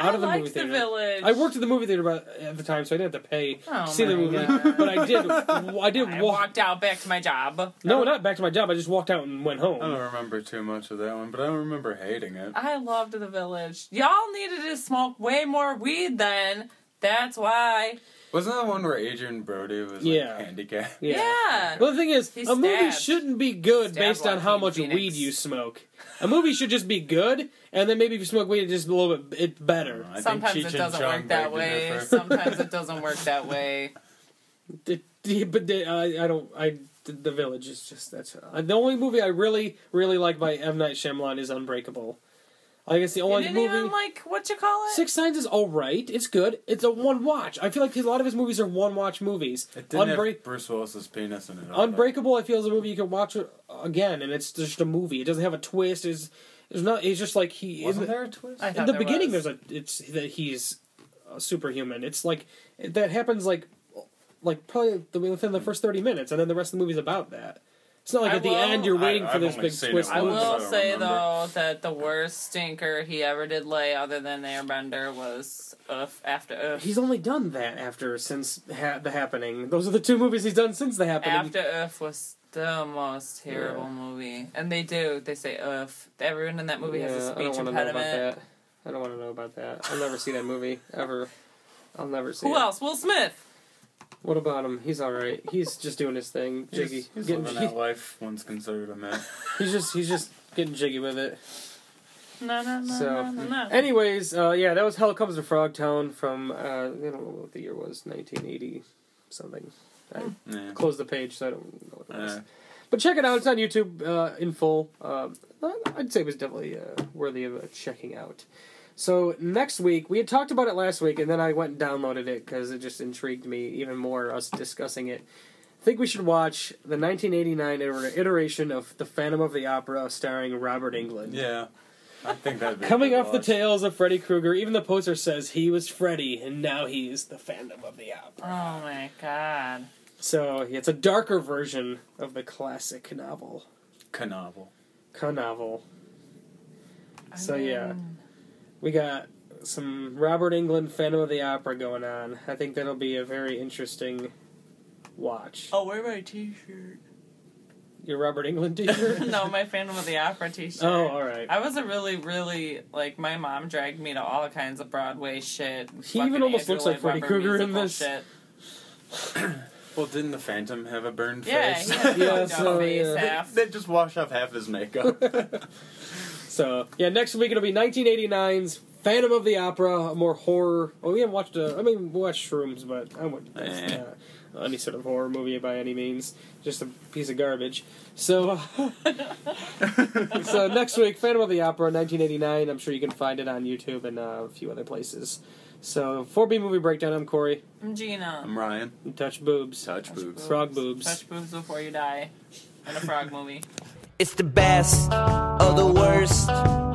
[SPEAKER 2] Out
[SPEAKER 3] I
[SPEAKER 2] of the
[SPEAKER 3] liked
[SPEAKER 2] movie
[SPEAKER 3] the
[SPEAKER 2] theater.
[SPEAKER 3] village.
[SPEAKER 2] I worked at the movie theater by, at the time, so I didn't have to pay
[SPEAKER 3] Oh
[SPEAKER 2] to see the
[SPEAKER 3] my
[SPEAKER 2] movie.
[SPEAKER 3] God.
[SPEAKER 2] But I did. I did
[SPEAKER 3] I
[SPEAKER 2] walk.
[SPEAKER 3] walked out back to my job.
[SPEAKER 2] no, not back to my job. I just walked out and went home.
[SPEAKER 5] I don't remember too much of that one, but I don't remember hating it.
[SPEAKER 3] I loved the village. Y'all needed to smoke way more weed then. That's why.
[SPEAKER 5] Wasn't that one where Adrian Brody was like
[SPEAKER 2] Yeah.
[SPEAKER 5] handicapped?
[SPEAKER 3] Yeah.
[SPEAKER 2] Well, the thing is,
[SPEAKER 3] He
[SPEAKER 2] a movie
[SPEAKER 3] stabbed.
[SPEAKER 2] shouldn't be good
[SPEAKER 3] Stabbed
[SPEAKER 2] based on how
[SPEAKER 3] Joaquin
[SPEAKER 2] much
[SPEAKER 3] Phoenix.
[SPEAKER 2] weed you smoke. A movie should just be good, and then maybe if you smoke weed, it's just a little bit it better.
[SPEAKER 5] I think
[SPEAKER 3] Sometimes
[SPEAKER 5] Cheech
[SPEAKER 3] it
[SPEAKER 5] and
[SPEAKER 3] doesn't
[SPEAKER 5] Chong
[SPEAKER 3] work that
[SPEAKER 5] begged him
[SPEAKER 3] way.
[SPEAKER 5] for-
[SPEAKER 3] Sometimes it doesn't work that way.
[SPEAKER 2] The- the- but the, I, I don't. I the, the Village is just that's uh, the only movie I really really like by M Night Shyamalan is Unbreakable. I guess the
[SPEAKER 3] You
[SPEAKER 2] only
[SPEAKER 3] didn't
[SPEAKER 2] movie.
[SPEAKER 3] even like what you call it.
[SPEAKER 2] Six Signs is all right. It's good. It's a one watch. I feel like a lot of his movies are one watch movies.
[SPEAKER 5] It didn't
[SPEAKER 2] Unbreak-
[SPEAKER 5] have Bruce Willis's penis in it. all,
[SPEAKER 2] Unbreakable, I feel, is a movie you can watch it again, and it's just a movie. It doesn't have a twist. It's, it's not. It's just like he.
[SPEAKER 5] but- Wasn't
[SPEAKER 2] in the,
[SPEAKER 5] there a twist?
[SPEAKER 3] I
[SPEAKER 2] in
[SPEAKER 3] thought
[SPEAKER 2] the
[SPEAKER 3] there
[SPEAKER 2] beginning,
[SPEAKER 3] was.
[SPEAKER 2] there's a. It's that he's a superhuman. It's like that happens like, like probably the- within the first thirty minutes, and then the rest of the movie's about that. It's not like
[SPEAKER 3] I
[SPEAKER 2] at the
[SPEAKER 3] will-
[SPEAKER 2] end you're
[SPEAKER 5] I-
[SPEAKER 2] waiting for
[SPEAKER 5] I've
[SPEAKER 2] this
[SPEAKER 5] only
[SPEAKER 2] big
[SPEAKER 5] seen
[SPEAKER 2] twist.
[SPEAKER 5] it
[SPEAKER 3] I
[SPEAKER 5] once.
[SPEAKER 3] will
[SPEAKER 5] I don't
[SPEAKER 3] say
[SPEAKER 5] remember.
[SPEAKER 3] though that the worst stinker he ever did lay, other than Airbender, was Oof after Oof.
[SPEAKER 2] He's only done that after since ha- the happening. Those are the two movies he's done since the happening.
[SPEAKER 3] After Oof was the most terrible movie, and they do they say Oof. Everyone in that movie has a
[SPEAKER 2] I don't
[SPEAKER 3] speech
[SPEAKER 2] wanna know about
[SPEAKER 3] impediment.
[SPEAKER 2] that. I don't want to know about that. I'll never see that movie ever. I'll never see.
[SPEAKER 3] Who
[SPEAKER 2] it.
[SPEAKER 3] else? Will Smith.
[SPEAKER 2] What about him? He's all right. He's just doing his thing.
[SPEAKER 5] He's,
[SPEAKER 2] Jiggy. He's,
[SPEAKER 5] he's
[SPEAKER 2] getting,
[SPEAKER 5] living that life. One's considered a man.
[SPEAKER 2] he's just he's just getting jiggy with it.
[SPEAKER 3] No, no, no,
[SPEAKER 2] So,
[SPEAKER 3] no, no, no.
[SPEAKER 2] Anyways, uh, yeah, that was Hell Comes to Frogtown from uh, I don't know what the year was, 1980 something. I
[SPEAKER 3] Hmm.
[SPEAKER 5] yeah. Uh,
[SPEAKER 2] closed the page, so I don't know what
[SPEAKER 4] Uh,
[SPEAKER 2] it was.
[SPEAKER 5] Yeah.
[SPEAKER 2] But check it out. It's on YouTube uh, in full. Um, I- I'd say it was definitely uh, worthy of uh, checking out. So next week, we had talked about it last week, and then I went and downloaded it because it just intrigued me even more. Us discussing it. I think we should watch the 1989 iter- iteration of The Phantom of the Opera, starring Robert Englund.
[SPEAKER 5] yeah. I think that'd be a
[SPEAKER 2] Coming
[SPEAKER 5] good
[SPEAKER 2] off the
[SPEAKER 5] watch.
[SPEAKER 2] tales of Freddy Krueger, even the poster says he was Freddy, and now he is the Phantom of the Opera.
[SPEAKER 3] Oh my god.
[SPEAKER 2] So yeah, it's a darker version of the classic novel.
[SPEAKER 5] Canovel.
[SPEAKER 2] Ka novel.
[SPEAKER 3] I
[SPEAKER 2] So yeah,
[SPEAKER 3] mean,
[SPEAKER 2] we got some Robert England Phantom of the Opera going on. I think that'll be a very interesting watch.
[SPEAKER 3] I'll wear my T-shirt.
[SPEAKER 2] Your Robert England T-shirt?
[SPEAKER 3] no, my Phantom of the Opera T-shirt.
[SPEAKER 2] Oh, all right.
[SPEAKER 3] I was a really, really like my mom dragged me to all kinds of Broadway shit.
[SPEAKER 2] He
[SPEAKER 3] fucking
[SPEAKER 2] even almost
[SPEAKER 3] Andrew
[SPEAKER 2] looks like
[SPEAKER 3] Lloyd
[SPEAKER 2] Freddy
[SPEAKER 3] Webber
[SPEAKER 2] Krueger in
[SPEAKER 3] musical
[SPEAKER 2] this.
[SPEAKER 3] Shit.
[SPEAKER 5] Well, didn't the Phantom have a burned
[SPEAKER 3] Yeah,
[SPEAKER 5] face?
[SPEAKER 3] he had a
[SPEAKER 2] Yeah,
[SPEAKER 3] fucked up
[SPEAKER 2] so,
[SPEAKER 3] face
[SPEAKER 2] yeah.
[SPEAKER 3] half.
[SPEAKER 5] They just wash off half his makeup.
[SPEAKER 2] So yeah, next week it'll be 1989's Phantom of the Opera, a more horror. Well, we haven't watched. uh, I mean, we watched Shrooms, but I wouldn't. That's
[SPEAKER 5] Eh.
[SPEAKER 2] not any sort of horror movie by any means. Just a piece of garbage. So, so next week, Phantom of the Opera, 1989. I'm sure you can find it on YouTube and uh, a few other places. So, 4B movie breakdown. I'm Corey.
[SPEAKER 3] I'm Gina.
[SPEAKER 5] I'm Ryan.
[SPEAKER 2] Touch boobs.
[SPEAKER 5] Touch boobs.
[SPEAKER 2] Frog boobs.
[SPEAKER 3] Touch boobs before you die. In a frog movie.
[SPEAKER 1] It's the best of the worst.